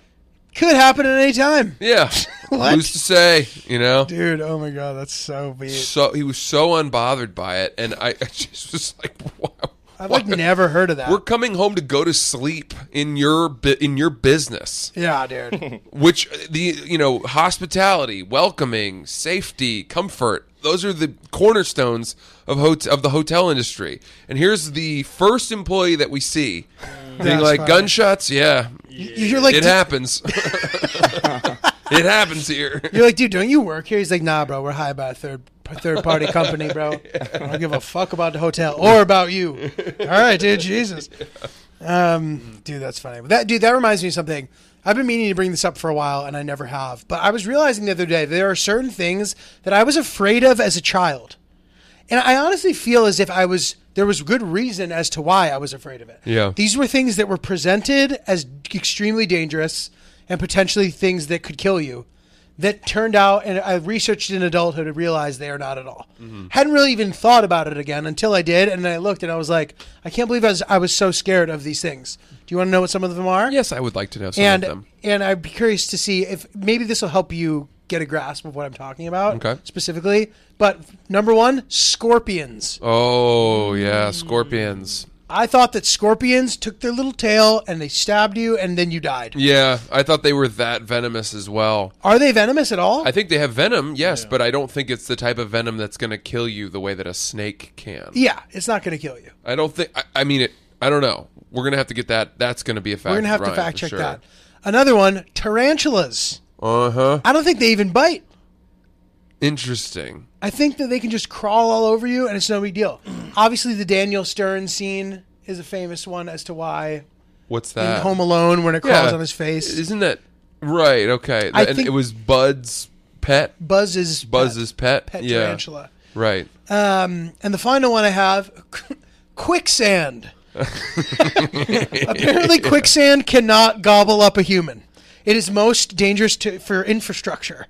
Could happen at any time.
yeah.
What?
Who's to say? You know.
Dude, oh my god, that's so weird.
So he was so unbothered by it, and I, <laughs> I just was like, wow.
I've like
Why-
never heard of that.
We're coming home to go to sleep in your bu- in your business.
yeah, dude.
which uh, the you know hospitality welcoming safety comfort those are the cornerstones of hot- of the hotel industry and here's the first employee that we see being
Mm. That's
like
funny.
gunshots yeah
You're like
it
dude,
happens <laughs> it happens
<laughs>
here
you're like, dude, don't you work here? He's like, nah, bro, we're high by a third third party company, bro. I don't give a fuck about the hotel or about you. All right, dude, Jesus. Um, dude, that's funny. But that dude, that reminds me of something. I've been meaning to bring this up for a while and I never have. But I was realizing the other day there are certain things that I was afraid of as a child. And I honestly feel as if I was there was good reason as to why I was afraid of it.
Yeah.
These were things that were presented as extremely dangerous and potentially things that could kill you that turned out and I researched in adulthood and realized they are not at all.
Mm-hmm.
Hadn't really even thought about it again until I did and then I looked and I was like, I can't believe I was I was so scared of these things. Do you want to know what some of them are?
yes i would like to know some
and
of them
and I'd be curious to see if maybe this will help you get a grasp of what I'm talking about
Okay.
specifically. But number one, scorpions.
oh yeah scorpions
I thought that scorpions took their little tail and they stabbed you and then you died.
yeah i thought they were that venomous as well
Are they venomous at all?
i think they have venom yes but i don't think it's the type of venom that's going to kill you the way that a snake can
yeah, it's not going to kill you.
I don't think. I, I mean, it. I don't know. We're gonna have to get that. That's gonna be a fact.
We're going to have to fact check that. Another one, tarantulas.
Uh huh.
I don't think they even bite.
Interesting.
I think that they can just crawl all over you and it's no
<clears throat>
big deal. Obviously, the Daniel Stern scene is a famous one as to why
What's
in
that?
Home Alone when it crawls on his face.
Isn't that right? Okay.
I
and
think-
it was Bud's pet.
Buzz's
Buzz's pet.
pet, pet
yeah.
tarantula.
Right.
Um, and the final one I have, <laughs>
<laughs>
quicksand. Apparently, quicksand cannot gobble up a human. It is most dangerous to, for infrastructure.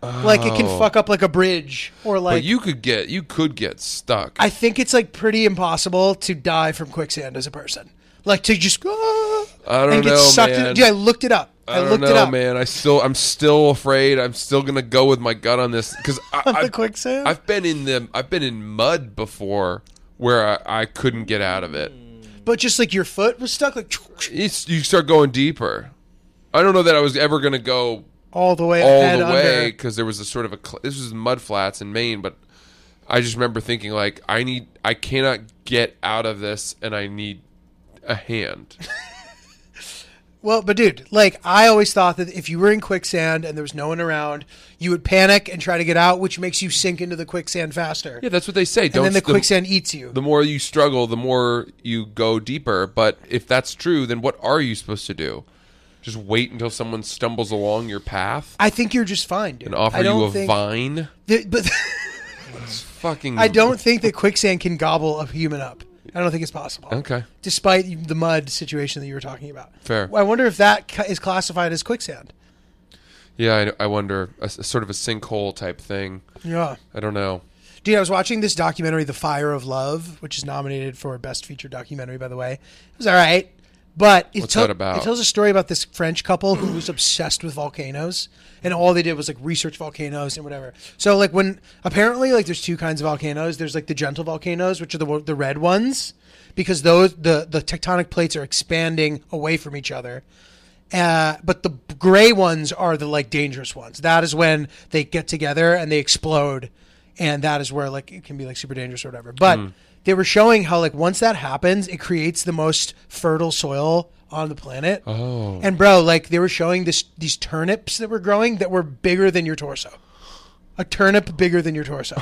Like it can fuck up like a bridge
Oh.
or
but
like.
you could get. You could get stuck.
I think it's like pretty impossible to die from quicksand as a person. Like to just go
I don't
and get
know,
sucked. in-
man.
Dude, I looked it up. I,
I don't
looked
know,
it up.
man. I still, I'm still afraid. I'm still gonna go with my gut on this because
<laughs> the
I, have
quicksand?
I've been in the, I've been in mud before where I, I couldn't get out of it.
Hmm. But just like your foot was stuck, like
it's, you start going deeper. I don't know that I was ever going to go
all the way
all
head
the
under.
way because there was a sort of a cl- this was mud flats in Maine, but I just remember thinking like I need I cannot get out of this and I need a
<laughs>
hand.
Well, but dude, like I always thought that if you were in quicksand and there was no one around, you would panic and try to get out, which makes you sink into the quicksand faster.
yeah, that's what they say.
and
Don't
then the
s-
quicksand eats you.
the more you struggle, the more you go deeper. But if that's true, then what are you supposed to do? Just wait until someone stumbles along your path
I think you're just fine, dude.
and
I
offer
don't
you a
think
vine?
that- but <laughs>
Fucking
I don't think that quicksand can gobble a human up. I don't think it's possible.
Okay.
Despite the mud situation that you were talking about.
Fair.
I wonder if that ca- is classified as quicksand.
Yeah, I, I wonder a, s- sort of a sinkhole type thing.
Yeah.
I don't know.
Dude, I was watching this documentary, The Fire of Love, which is nominated for Best Feature Documentary, by the way. It was all right, But it,
What's
tell-
that about?
it tells a story about this French couple who was obsessed with volcanoes, and all they did was like research volcanoes and whatever. So like when apparently like there's two kinds of volcanoes. There's like the gentle volcanoes, which are the wo- the red ones, because those the the tectonic plates are expanding away from each other. Uh, but the gray ones are the like dangerous ones. That is when they get together and they explode, and that is where like it can be like super dangerous or whatever.
Hmm.
But they were showing how like once that happens, it creates the most fertile soil on the planet. Oh, and bro, like they were showing this these turnips that were growing that were bigger than your torso, a turnip bigger than
<laughs>
your torso.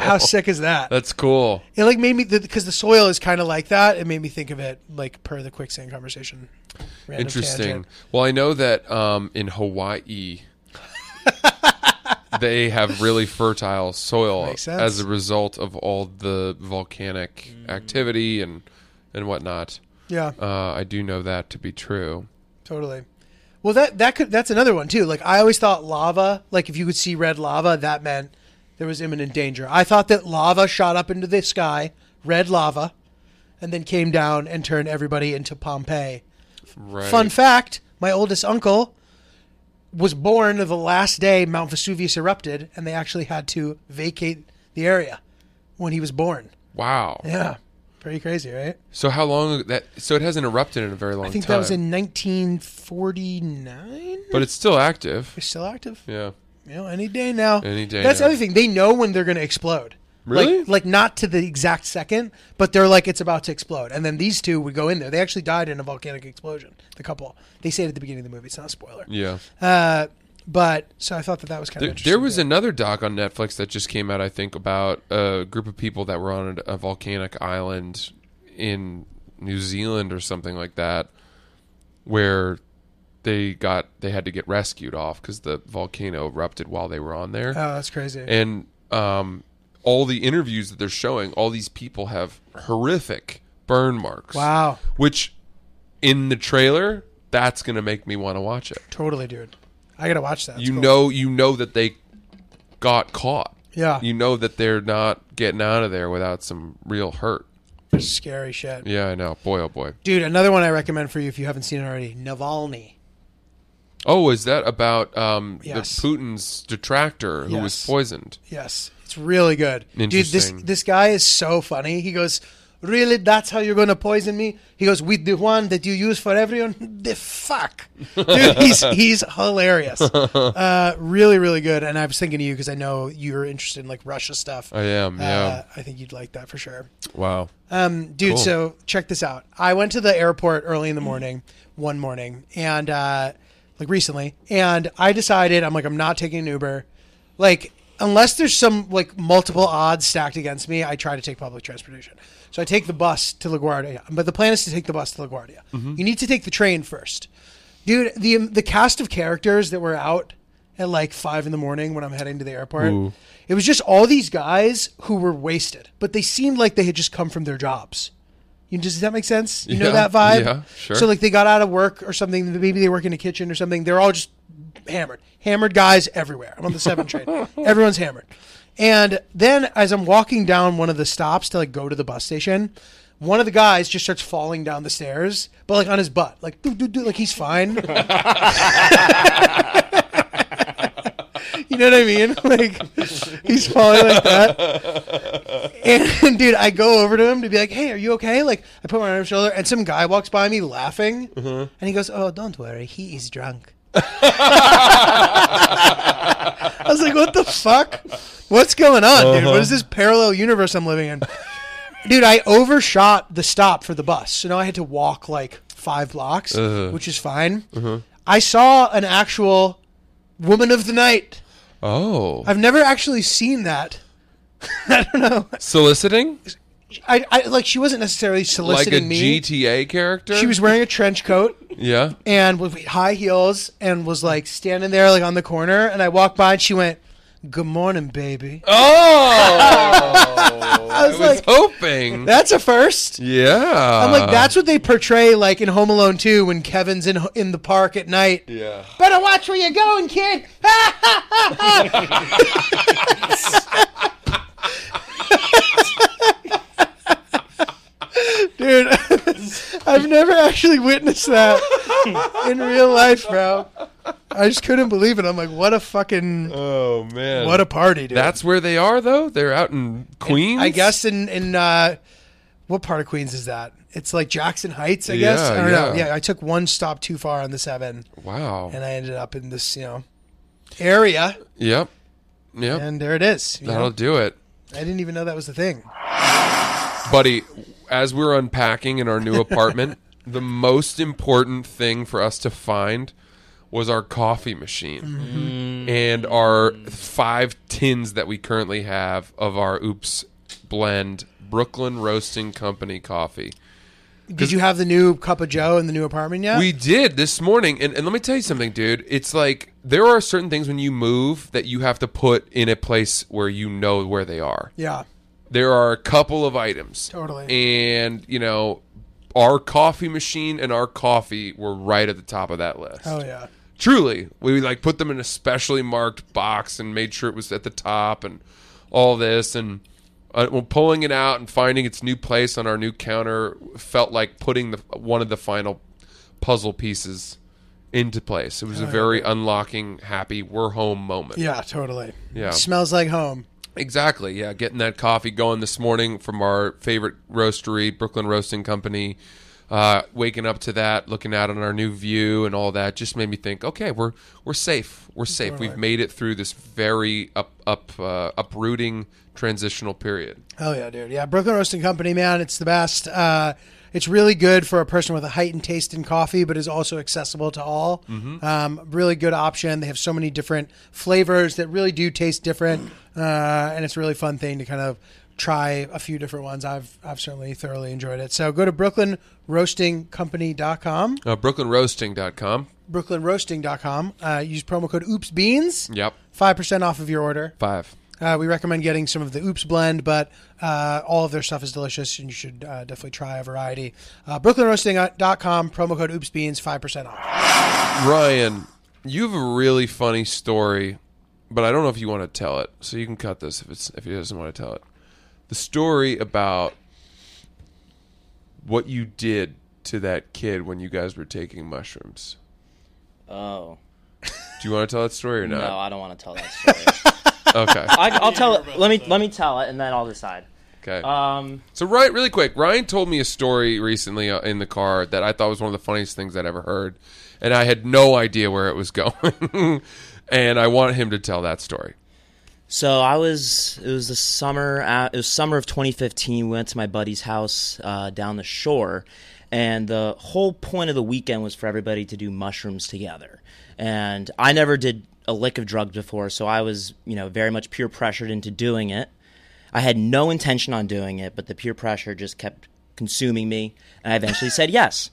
how sick is that?
That's cool.
it like made me because the, soil is kind of like that. It made me think of it like per the quicksand conversation. Random
Interesting.
tangent.
Well, I know that um, in Hawaii,
<laughs>
they have really fertile soil
Makes sense. Mm.
as a result of all the volcanic activity and and whatnot.
Yeah.
Uh, I do know that to be true.
Totally. Well, that that could that's another one too. Like I always thought lava, like if you could see red lava, that meant there was imminent danger. I thought that lava shot up into the sky, red lava, and then came down and turned everybody into Pompeii.
Right.
Fun fact: my oldest uncle was born the last day Mount Vesuvius erupted, and they actually had to vacate the area when he was born.
wow.
Yeah, pretty crazy, right?
So how long that? So it hasn't erupted in a very long
I think
time.
that was in 1949. It's
but it's still active.
still active.
Yeah.
You know, any day now.
Any day
That's
now.
the other thing. They know when they're going to explode.
Really?
Like, like not to the exact second, but they're like it's about to explode. And then these two would go in there. They actually died in a volcanic explosion. The couple. They say it at the beginning of the movie. It's not a spoiler.
Yeah.
Uh, but so I thought that that was kind of
There,
interesting.
there was
too.
another doc on Netflix that just came out, I think, about a group of people that were on a, a volcanic island in New Zealand or something like that, where they got they had to get rescued off because the volcano erupted while they were on there,
Oh, that's crazy.
and um, all the interviews that they're showing, all these people have horrific burn marks.
wow.
Which, in the trailer, that's gonna make me want to watch it.
Totally, dude. I gotta watch that. That's
you
cool.
know, you know that they got caught
Yeah.
you know that they're not getting out of there without some real hurt.
Scary shit.
Yeah, I know. Boy, oh boy.
Dude, another one I recommend for you if you haven't seen it already. Navalny.
Oh, is that about um,
Yes.
the Putin's detractor who was
Yes.
poisoned?
Yes, it's really good. Dude, this
Interesting.
this guy is so funny. He goes, "Really? That's how you're gonna poison me?" He goes, "With the one that you use for everyone." <laughs> the fuck,
<laughs>
dude, he's he's hilarious. Uh, really, really good. And I was thinking of you because I know you're interested in like Russia stuff.
I am.
Uh,
Yeah.
I think you'd like that for sure.
wow.
Um, dude,
Cool.
so check this out. I went to the airport early in the morning, one morning, and uh, like recently, and I decided I'm like I'm not taking an Uber, like unless there's some like multiple odds stacked against me, I try to take public transportation. So I take the bus to LaGuardia, but the plan is to take the bus to LaGuardia. You need to take the train first, dude. The um, the cast of characters that were out at like five in the morning when I'm heading to the airport. It was just all these guys who were wasted, but they seemed like they had just come from their jobs. You does that make sense? You know
Yeah,
that vibe?
yeah, sure.
So like they got out of work or something. Maybe they work in a kitchen or something. They're all just hammered, hammered guys everywhere. I'm on the seven
<laughs>
train. Everyone's hammered. And then as I'm walking down one of the stops to like go to the bus station, one of the guys just starts falling down the stairs, but like on his butt, like doo, doo, doo, like
<laughs>
he's fine. <laughs> You know what I mean? <laughs> Like he's falling like that. And <laughs> dude, I go over to him to be like, "Hey, are you okay?" Like I put my arm on his shoulder, and some guy walks by me laughing, and he goes, "Oh, don't worry, he is drunk." I was like, "What the fuck? What's going on, dude? What is this parallel universe I'm living in?" Dude, I overshot the stop for the bus, so now I had to walk like five blocks, which is fine. I saw an actual woman of the night.
Oh.
I've never actually seen that. I don't know.
Soliciting?
I, I like she wasn't necessarily
Like
soliciting
a
me.
GTA character?
She was wearing a trench coat <laughs>
Yeah.
and with high heels and was like standing there like on the corner. And I walked by and she went, "Good morning, baby."
Oh.
I was
I Oh, was
like,
hoping.
"That's a first.
yeah.
I'm
Uh.
like, "That's what they portray like in Home Alone 2 when Kevin's in in the park at night."
Yeah.
Better watch where you're going, kid. <laughs> Dude, <laughs> I've never actually witnessed that in real life, bro. I just couldn't believe it. I'm like, what a fucking,
Oh man,
what a party, dude.
That's where they are though. They're out in Queens.
I guess in in uh, what part of Queens is that? It's like Jackson Heights, I guess.
Yeah,
I don't know.
yeah.
Yeah, I took one stop too far on the seven,
Wow.
and I ended up in this you know area,
yep. Yep.
and there it is. you know?
That'll do it,
I didn't even know that was the thing.
buddy. As we're unpacking in our new
<laughs>
apartment, the most important thing for us to find was our coffee machine
Mm-hmm.
and our five tins that we currently have of our Oops Blend Brooklyn Roasting Company coffee.
Did you have the new cup of Joe in the new apartment
<laughs>
yet?
We did this morning, and, and let me tell you something, dude. It's like there are certain things when you move that you have to put in a place where you know where they are.
yeah.
There are a couple of items,
Totally.
and you know, our coffee machine and our coffee were right at the top of that list.
Oh yeah.
Truly, we like put them in a specially marked box and made sure it was at the top and all this and. Uh, well, pulling it out and finding its new place on our new counter felt like putting the one of the final puzzle pieces into place. It was a very unlocking, happy, we're home moment.
Yeah, totally.
Yeah.
Smells like home.
Exactly. Yeah, getting that coffee going this morning from our favorite roastery, Brooklyn Roasting Company. Uh, waking up to that, looking out on our new view and all that, just made me think. Okay, we're we're safe. We're safe. We've made it through this very up up uh, uprooting transitional period.
Hell yeah, dude. Yeah, Brooklyn Roasting Company, man, it's the best. Uh, it's really good for a person with a heightened taste in coffee, but is also accessible to all.
Mm-hmm.
Um, really good option. They have so many different flavors that really do taste different, uh, and it's a really fun thing to kind of try a few different ones. I've I've certainly thoroughly enjoyed it. So go to brooklynroastingcompany.com,
Uh, BrooklynRoasting.com.
brooklynroasting.com. Uh, use promo code oopsbeans.
Yep,
5% off of your order.
five.
Uh, we recommend getting some of the Oops blend, but uh, all of their stuff is delicious, and you should uh, definitely try a variety. Uh, BrooklynRoasting.com, promo code OopsBeans, 5% off.
Ryan, you have a really funny story, but I don't know if you want to tell it. So you can cut this if it's if he doesn't want to tell it. The story about what you did to that kid when you guys were taking mushrooms.
Oh
Do you want to tell that story or
no,
not?
I don't want to tell that story. <laughs>
Okay.
I, I'll tell it. Let me let me tell it, and then I'll decide.
Okay.
Um,
So right, really quick, Ryan told me a story recently uh, in the car that I thought was one of the funniest things I'd ever heard, and I had no idea where it was <laughs> going. and I want him to tell that story.
So I was. It was the summer. uh, It was summer of 2015. We went to my buddy's house uh, down the shore, and the whole point of the weekend was for everybody to do mushrooms together. And I never did a lick of drugs before, so I was, you know, very much peer pressured into doing it. I had no intention on doing it, but the peer pressure just kept consuming me, and I eventually said yes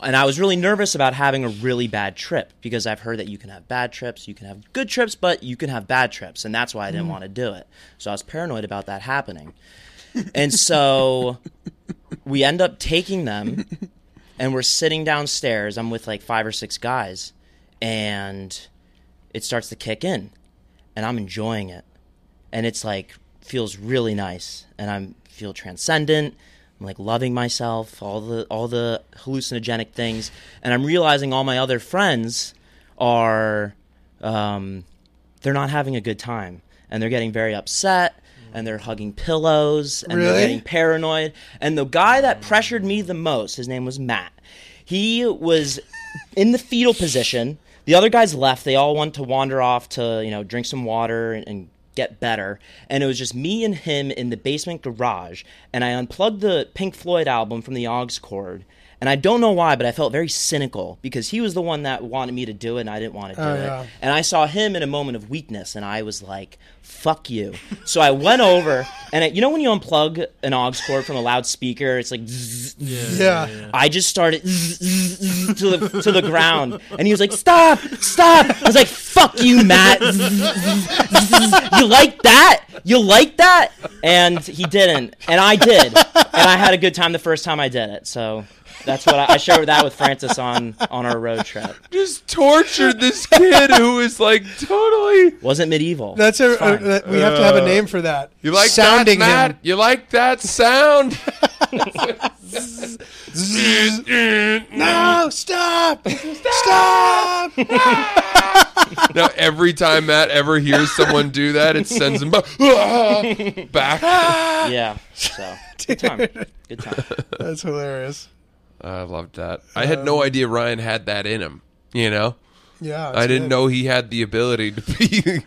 and I was really nervous about having a really bad trip because I've heard that you can have bad trips, you can have good trips, but you can have bad trips, and that's why I didn't want to do it. So I was paranoid about that happening. And so we end up taking them and we're sitting downstairs. I'm with like five or six guys and it starts to kick in and I'm enjoying it. And it's like feels really nice and I'm feel transcendent. I'm like loving myself, all the all the hallucinogenic things and I'm realizing all my other friends are um they're not having a good time and they're getting very upset and they're hugging pillows and they're
Really?
getting paranoid. And the guy that pressured me the most, his name was Matt. He was in the fetal position. The other guys left. They all went to wander off to, you know, drink some water and, and get better. And it was just me and him in the basement garage. And I unplugged the Pink Floyd album from the aux cord. And I don't know why, but I felt very cynical because he was the one that wanted me to do it and I didn't want to do
Oh,
it.
yeah.
And I saw him in a moment of weakness, and I was like, "Fuck you!" So I went over, and I, you know when you unplug an aux cord from a loudspeaker, it's like, zzz, zzz.
Yeah.
I just started zzz, zzz, zzz, to the to the ground, and he was like, "Stop! Stop!" I was like, "Fuck you, Matt! Zzz, zzz, zzz. You like that? You like that?" And he didn't, and I did, and I had a good time the first time I did it. So. That's what I, I shared that with Francis on on our road trip.
just tortured this kid who is like totally.
Wasn't medieval.
That's a, uh,
Fine.
a- that- we have to have a name for that.
You like
sounding
that, Matt?
him.
You like that sound?
No,
<laughs>
stop! Stop!
Now every time Matt ever hears someone do that, it sends him ba- back.
yeah. So good time. Good time.
That's hilarious.
I loved that. I had no idea Ryan had that in him. You know,
Yeah,
I didn't know he had the ability to be <laughs>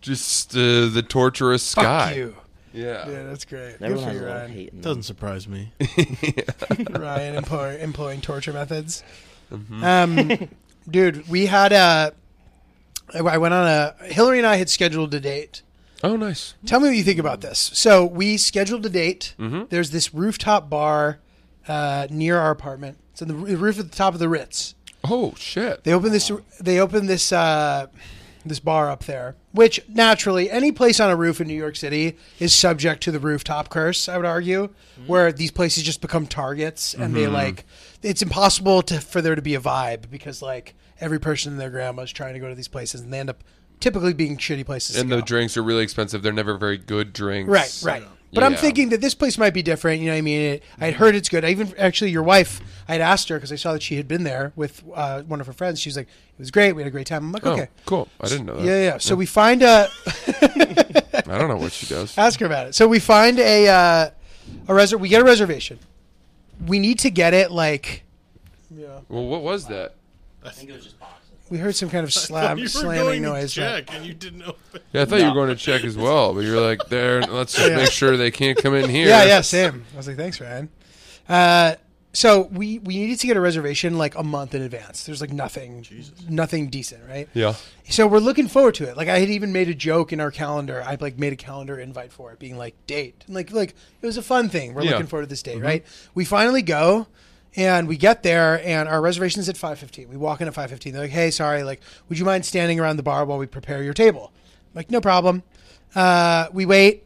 just uh, the torturous
Fuck
guy.
you.
Yeah.
Yeah, that's great. Good
Everyone
for
has a
you,
lot of
Ryan.
hate. In them.
Doesn't
<laughs>
surprise me.
Ryan employ, employing torture methods. Um, dude, we had a. I went on a. Hillary and I had scheduled a date.
Oh, nice.
Tell me what you think about this. So we scheduled a date. There's this rooftop bar uh, near our apartment. It's on the r- roof at the top of the Ritz.
Oh shit.
They opened this. They opened this. Uh, this bar up there, which naturally any place on a roof in New York City is subject to the rooftop curse. I would argue, where these places just become targets, and they like it's impossible to for there to be a vibe because like every person and their grandma is trying to go to these places, and they end up typically being shitty places. to
and the
go.
drinks are really expensive. They're never very good drinks.
Right, right. But I'm
Yeah.
thinking that this place might be different. You know what I mean? It, I'd heard it's good. I even actually, your wife, I'd asked her because I saw that she had been there with uh, one of her friends. She was like, "It was great. We had a great time." I'm like,
Oh,
"Okay,
cool. I didn't know that.
yeah, yeah." So we find a <laughs>
I don't know what she does.
ask her about it. So we find a uh, a reser- We get a reservation. We need to get it like
Well, what was that?
we heard
<laughs>
some kind of slam
you were
slamming
going
noise.
to
right?
check and you didn't open.
Yeah, I thought you were going to check as well, but you're like, there.
<laughs>
Let's just make sure they can't come in here.
Yeah, yeah, same. I was like, "Thanks, Ryan." Uh, so we we needed to get a reservation like a month in advance. There's like nothing, nothing decent, right?
Yeah.
So we're looking forward to it. Like I had even made a joke in our calendar. I like made a calendar invite for it, being like date. And, like like it was a fun thing. We're
Yeah. Mm-hmm.
looking forward to this date, right? We finally go and we get there and our reservation's at five fifteen. We walk in at five fifteen. They're like, Hey, sorry, like, would you mind standing around the bar while we prepare your table? I'm like, no problem. Uh, we wait.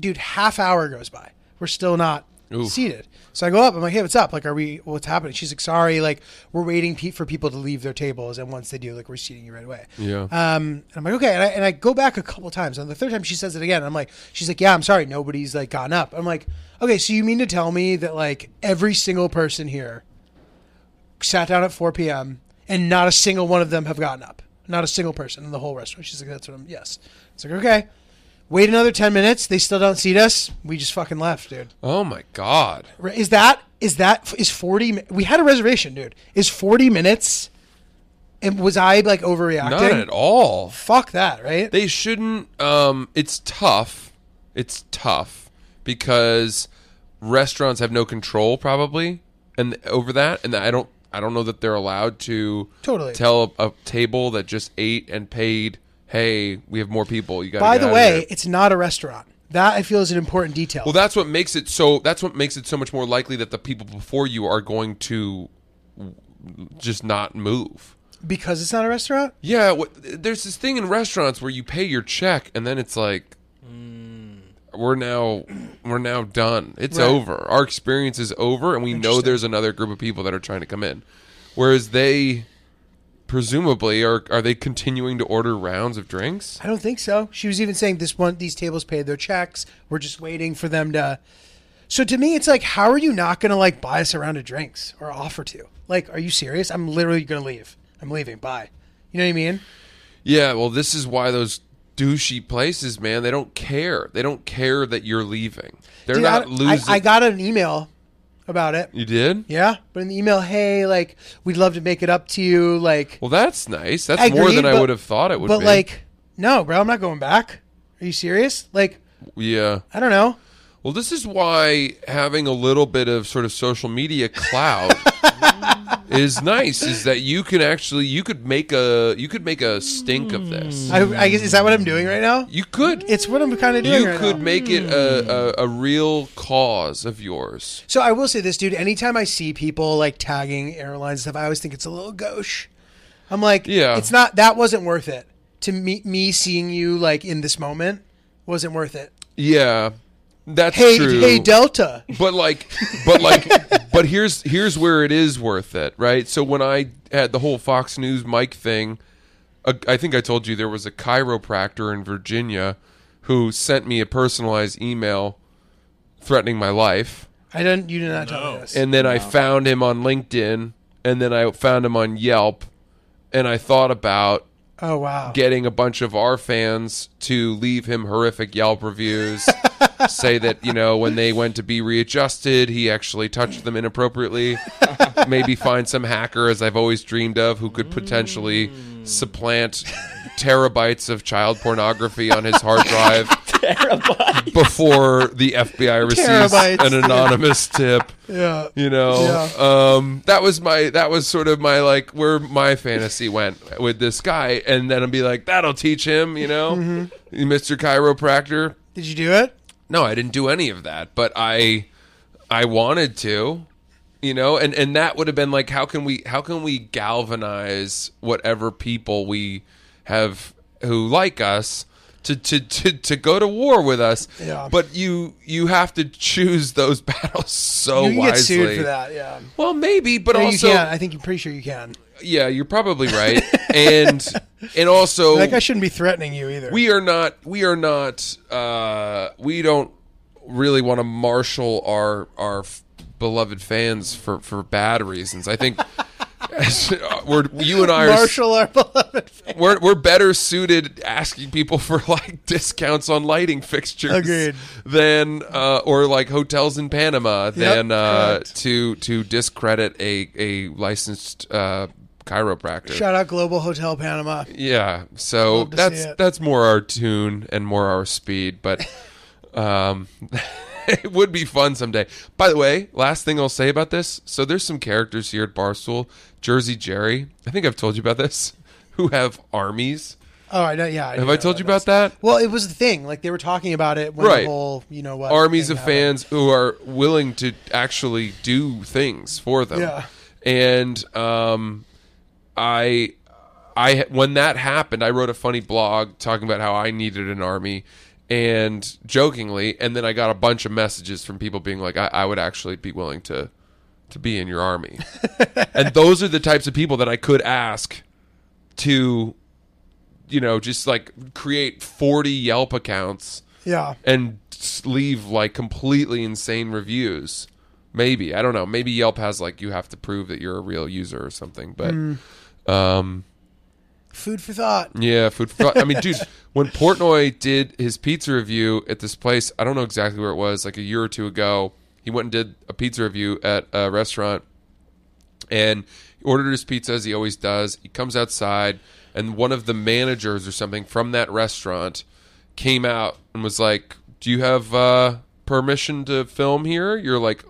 Dude, half hour goes by. We're still not
Oof.
seated. So I go up. I'm like, hey, what's up? Like, are we? What's happening? She's like, sorry, like we're waiting pe- for people to leave their tables, and once they do, like we're seating you right away.
Yeah.
Um, and I'm like, okay. And I, and I go back a couple times. And the third time she says it again. And I'm like, she's like, yeah, I'm sorry. Nobody's like gotten up. I'm like, okay. So you mean to tell me that like every single person here sat down at 4 p.m. and not a single one of them have gotten up? Not a single person in the whole restaurant. She's like, that's what I'm, yes. It's like, okay. Wait another 10 minutes. They still don't seat us. We just fucking left, dude.
Oh my god.
Is that, is that, is 40, mi- we had a reservation, dude. Is 40 minutes, and was I like overreacting?
Not at all.
Fuck that, right?
They shouldn't. Um, it's tough. It's tough because restaurants have no control probably and over that, and I don't. I don't know that they're allowed to
Totally.
tell a, a table that just ate and paid. Hey, we have more people. You got.
By the way, it's not a restaurant. That I feel is an important detail.
Well, that's what makes it so. That's what makes it so much more likely that the people before you are going to just not move.
because it's not a restaurant?
Yeah, what, there's this thing in restaurants where you pay your check and then it's like, we're now we're now done. It's
Mm. Right.
over. Our experience is over, and we know
Interesting.
there's another group of people that are trying to come in. Whereas they, presumably, are are they continuing to order rounds of drinks?
I don't think so. She was even saying this one these tables paid their checks. We're just waiting for them to So to me it's like how are you not going to like buy us a round of drinks or offer to? Like are you serious? I'm literally going to leave. I'm leaving. Bye. You know what I mean?
Yeah, well, this is why those douchey places, man, they don't care. They don't care that you're leaving. They're
Dude, I-
not losing.
I, I got an email about it.
you did?
Yeah, but in the email, hey, like we'd love to make it up to you like
Well, that's nice. That's
I
more
agreed,
than I
but-
would have thought it would
But
be.
like no, bro, I'm not going back. Are you serious? Like
yeah.
I don't know.
Well, this is why having a little bit of sort of social media
<laughs>
cloud is nice. Is that you can actually you could make a you could make a stink of this.
I, I guess is that what I'm doing right now?
You could.
Hmm. It's Hmm. what I'm kind of doing
you
right
could
now.
make it a, a, a real cause of yours.
So I will say this, dude. Anytime I see people like tagging airlines and stuff, I always think it's a little gauche. I'm like,
Yeah.
it's not. That wasn't worth it to me. Me seeing you like in this moment wasn't worth it.
Yeah, that's
Hey,
true.
hey, Delta.
but like but like <laughs> but here's here's where it is worth it right so when i had the whole fox news mike thing a- I think i told you there was a chiropractor in virginia who sent me a personalized email threatening my life
I didn't. You did not tell me
No.
this.
and then I found him on LinkedIn, and then I found him on Yelp, and I thought about
oh wow.
getting a bunch of our fans to leave him horrific Yelp reviews, say that, you know, when they went to be readjusted, he actually touched them inappropriately. Maybe find some hacker, as I've always dreamed of, who could potentially supplant terabytes of child pornography on his hard drive before the FBI receives
Terabytes.
an anonymous tip
yeah.
you know um that was my that was sort of my like where my fantasy went with this guy and then i'd be like that'll teach him you know
Mm-hmm.
mr chiropractor
Did you do it?
no i didn't do any of that but i i wanted to you know and and that would have been like how can we how can we galvanize whatever people we have who like us to, to, to, to go to war with us,
Yeah.
but you you have to choose those <laughs> battles so
You can get
wisely.
sued for that. Yeah.
Well, maybe, but
No,
also,
you can. I think I'm pretty sure you can.
yeah, you're probably right,
<laughs>
and and also,
Like I shouldn't be threatening you either.
we are not, we are not, uh, we don't really want to marshal our our f- beloved fans for for bad reasons. I think <laughs> uh, we're you and I are
Marshall our beloved. fan.
we're, we're better suited asking people for like discounts on lighting fixtures
Agreed.
than uh, or like hotels in Panama than uh,
correct.
to to discredit a a licensed uh, chiropractor.
Shout out Global Hotel Panama.
yeah, so
Love to see
that's
it.
that's more our tune and more our speed,
<laughs>
but um, <laughs> it would be fun someday. By the way, last thing I'll say about this: so there's some characters here at Barstool, Jersey Jerry. I think I've told you about this. <laughs> Who have armies?
Oh, I know. Yeah.
Have I told you about that?
Well, it was the thing. Like they were talking about it when
Right.
the whole, you know what,
Armies
thing
of
happened.
fans who are willing to actually do things for them.
Yeah.
And um, I, I when that happened, I wrote a funny blog talking about how I needed an army, and jokingly, and then I got a bunch of messages from people being like, I, I would actually be willing to to be in your
<laughs>
army, and those are the types of people that I could ask to. You know, just like create 40 Yelp accounts
Yeah.
and s- leave like completely insane reviews. Maybe I don't know. Maybe Yelp has like you have to prove that you're a real user or something. But um,
Food for thought.
yeah, food. For, I mean, dude, when Portnoy did his pizza review at this place, I don't know exactly where it was, like a year or two ago. He went and did a pizza review at a restaurant, and he ordered his pizza as he always does. He comes outside, and one of the managers or something from that restaurant came out and was like, "Do you have uh, permission to film here?" You're like, and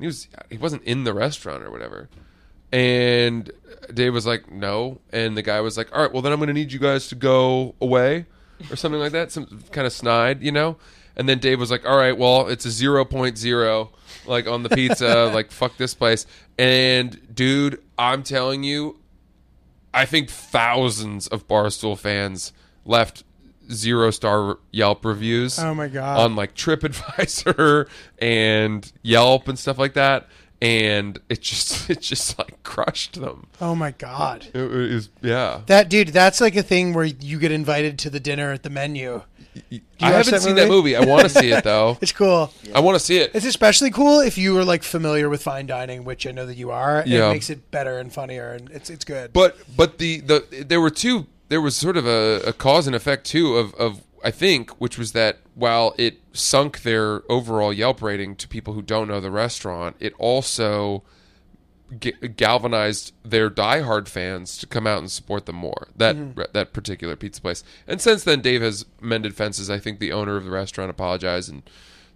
he was he wasn't in the restaurant or whatever. And Dave was like, "No," and the guy was like, "All right, well then I'm going to need you guys to go away," or something like that, some kind of snide, you know. And then Dave was like, "All right, well it's a 0.0 like on the pizza, like fuck this place." And dude, I'm telling you, I think thousands of Barstool fans left zero star Yelp reviews.
Oh my God.
On like TripAdvisor <laughs> and Yelp and stuff like that, and it just <laughs> it just like crushed them.
Oh my god.
It was yeah.
That dude, that's like a thing where you get invited to the dinner at the menu.
I
watch
haven't
that
seen that
movie?
movie. I want to see it
<laughs>
though.
It's cool.
I want to see it.
It's especially cool if you were like familiar with fine dining, which I know that you are. and
Yeah.
It makes it better and funnier and it's it's good.
But but the the there were two. There was sort of a, a cause and effect too of of I think, which was that while it sunk their overall Yelp rating to people who don't know the restaurant, it also ga- galvanized their diehard fans to come out and support them more. That
Mm-hmm.
that particular pizza place. And since then, Dave has mended fences. I think the owner of the restaurant apologized, and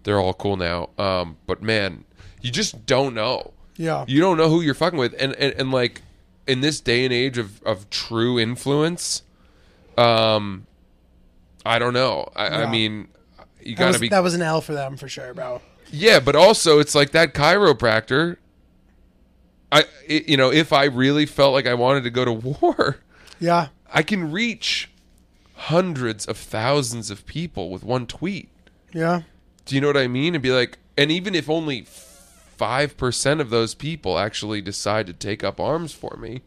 they're all cool now. Um, but man, you just don't know.
Yeah.
you don't know who you're fucking with, and and, and like in this day and age of of true influence, um, I don't know. I, I
Yeah.
mean. You
that
gotta
was,
be
that was an L for them for sure, bro.
yeah, but also it's like that chiropractor. I i you know if I really felt like I wanted to <laughs> go to war,
Yeah.
I can reach hundreds of thousands of people with one tweet.
Yeah.
Do you know what I mean? And be like, and even if only five percent of those people actually decide to take up arms for me,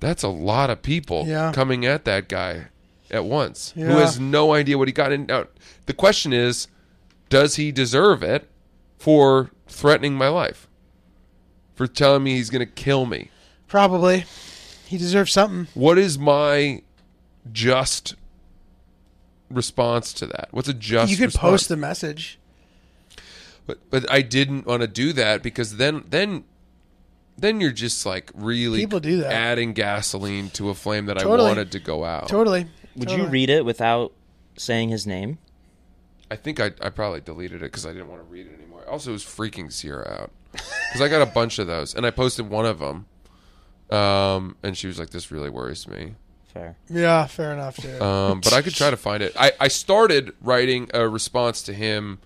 that's a lot of people
Yeah.
coming at that guy at once who
Yeah.
has no idea what he got in. Now, the question is, does he deserve it for threatening my life, for telling me he's going to kill me.
Probably. He deserves something.
What is my just response to that? What's a just?
you could
response?
post the message.
But but I didn't want to do that because then then then you're just like really
People do that.
adding gasoline to a flame that
Totally.
I wanted to go out.
Totally.
<laughs> Would you
Totally.
read it without saying his name?
I think I, I probably deleted it because I didn't want to read it anymore. Also, it was freaking Sierra out because I got a bunch of those and I posted one of them. Um, and she was like, "This really worries me."
Fair.
Yeah, fair enough, dude.
Um, but I could try to find it. I, I started writing a response to him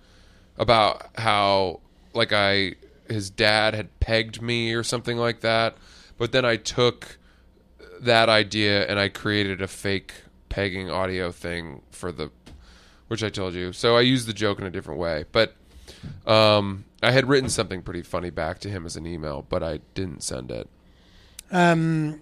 about how like I his dad had pegged me or something like that. But then I took that idea and I created a fake pegging audio thing for the which I told you. So I used the joke in a different way. But um, I had written something pretty funny back to him as an email, but I didn't send it.
Um,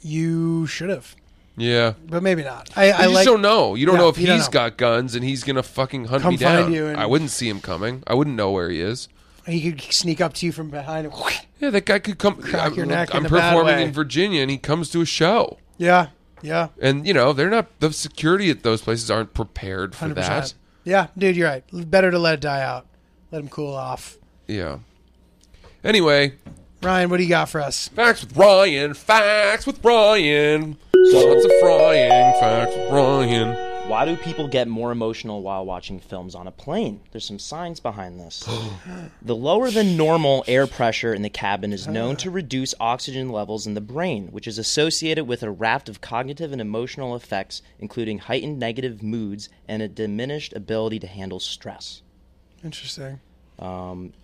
you should have,
Yeah.
but maybe not. I, I
you
like.
just don't know. You don't
No,
know if
you
he's
don't know.
got guns and he's gonna fucking hunt
Come
me down.
find you and-
I wouldn't see him coming. I wouldn't know where he is.
He could sneak up to you from behind. and
Yeah, that guy could come. I'm,
your neck in
I'm
a bad
performing
way.
in Virginia, and he comes to a show,
Yeah, yeah,
and you know they're not the security at those places aren't prepared for
hundred
that.
percent. Yeah, dude, you're right. Better to let it die out. Let him cool off.
Yeah. Anyway,
Ryan, what do you got for us?
facts with Ryan. Facts with Ryan. Lots of frying. Facts with Ryan.
Why do people get more emotional while watching films on a plane? There's some science behind this. the lower than normal air pressure in the cabin is known to reduce oxygen levels in the brain, which is associated with a raft of cognitive and emotional effects, including heightened negative moods and a diminished ability to handle stress.
Interesting.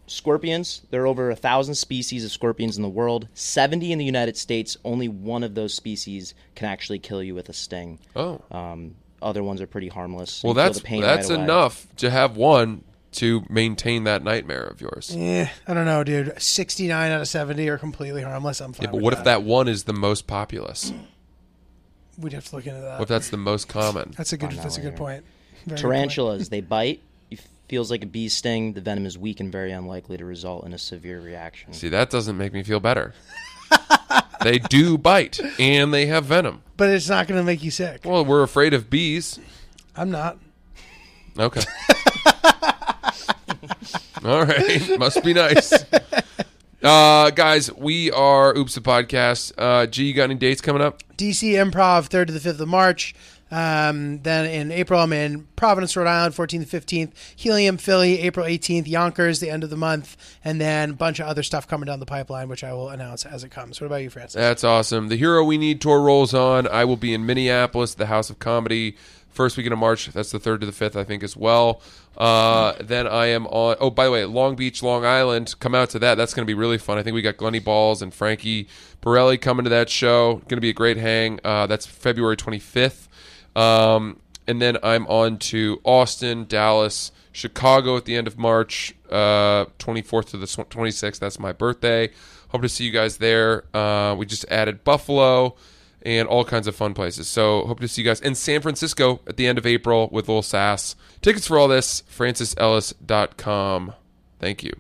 Scorpions, there are over a thousand species of scorpions in the world, 70 in the United States. Only one of those species can actually kill you with a sting.
Oh,
Um, other ones are pretty harmless.
well,
You feel
that's
the pain
that's
right away.
enough to have one to maintain that nightmare of yours.
Eh, I don't know, dude. Sixty-nine out of seventy are completely harmless. I'm fine.
Yeah, but
with
what if that one is the most populous?
We'd have to look into that.
What if that's the most common?
that's a good.
Find out
That's a good
later.
point. Very good
Tarantulas, they bite. It feels like a bee sting. The venom is weak and very unlikely to result in a severe reaction.
See, that doesn't make me feel better. they do bite and they have venom.
point. But it's not going to make you sick.
Well, we're afraid of bees.
I'm not.
Okay. All right. Must be nice. Uh, guys, we are Oops the Podcast. Uh, G, you got any dates coming up?
DC Improv, 3rd to the 5th of March. Um, then in April, I'm in Providence, Rhode Island, 14th to 15th. Helium, Philly, April 18th. Yonkers, the end of the month. And then a bunch of other stuff coming down the pipeline, which I will announce as it comes. What about you, Francis?
That's awesome. The Hero We Need tour rolls on. I will be in Minneapolis, the House of Comedy, first weekend of March. That's the third to the fifth, I think, as well. Uh, then I am on. Oh, by the way, Long Beach, Long Island. Come out to that. That's going to be really fun. I think we got Glenny Balls and Frankie Borelli coming to that show. Going to be a great hang. Uh, that's February 25th. Um, and then I'm on to Austin, Dallas, Chicago at the end of March, uh, 24th to the sw- 26th. That's my birthday. Hope to see you guys there. Uh, we just added Buffalo and all kinds of fun places. So hope to see you guys in San Francisco at the end of April with Lil Sass. Tickets for all this, francisellis.com. Thank you.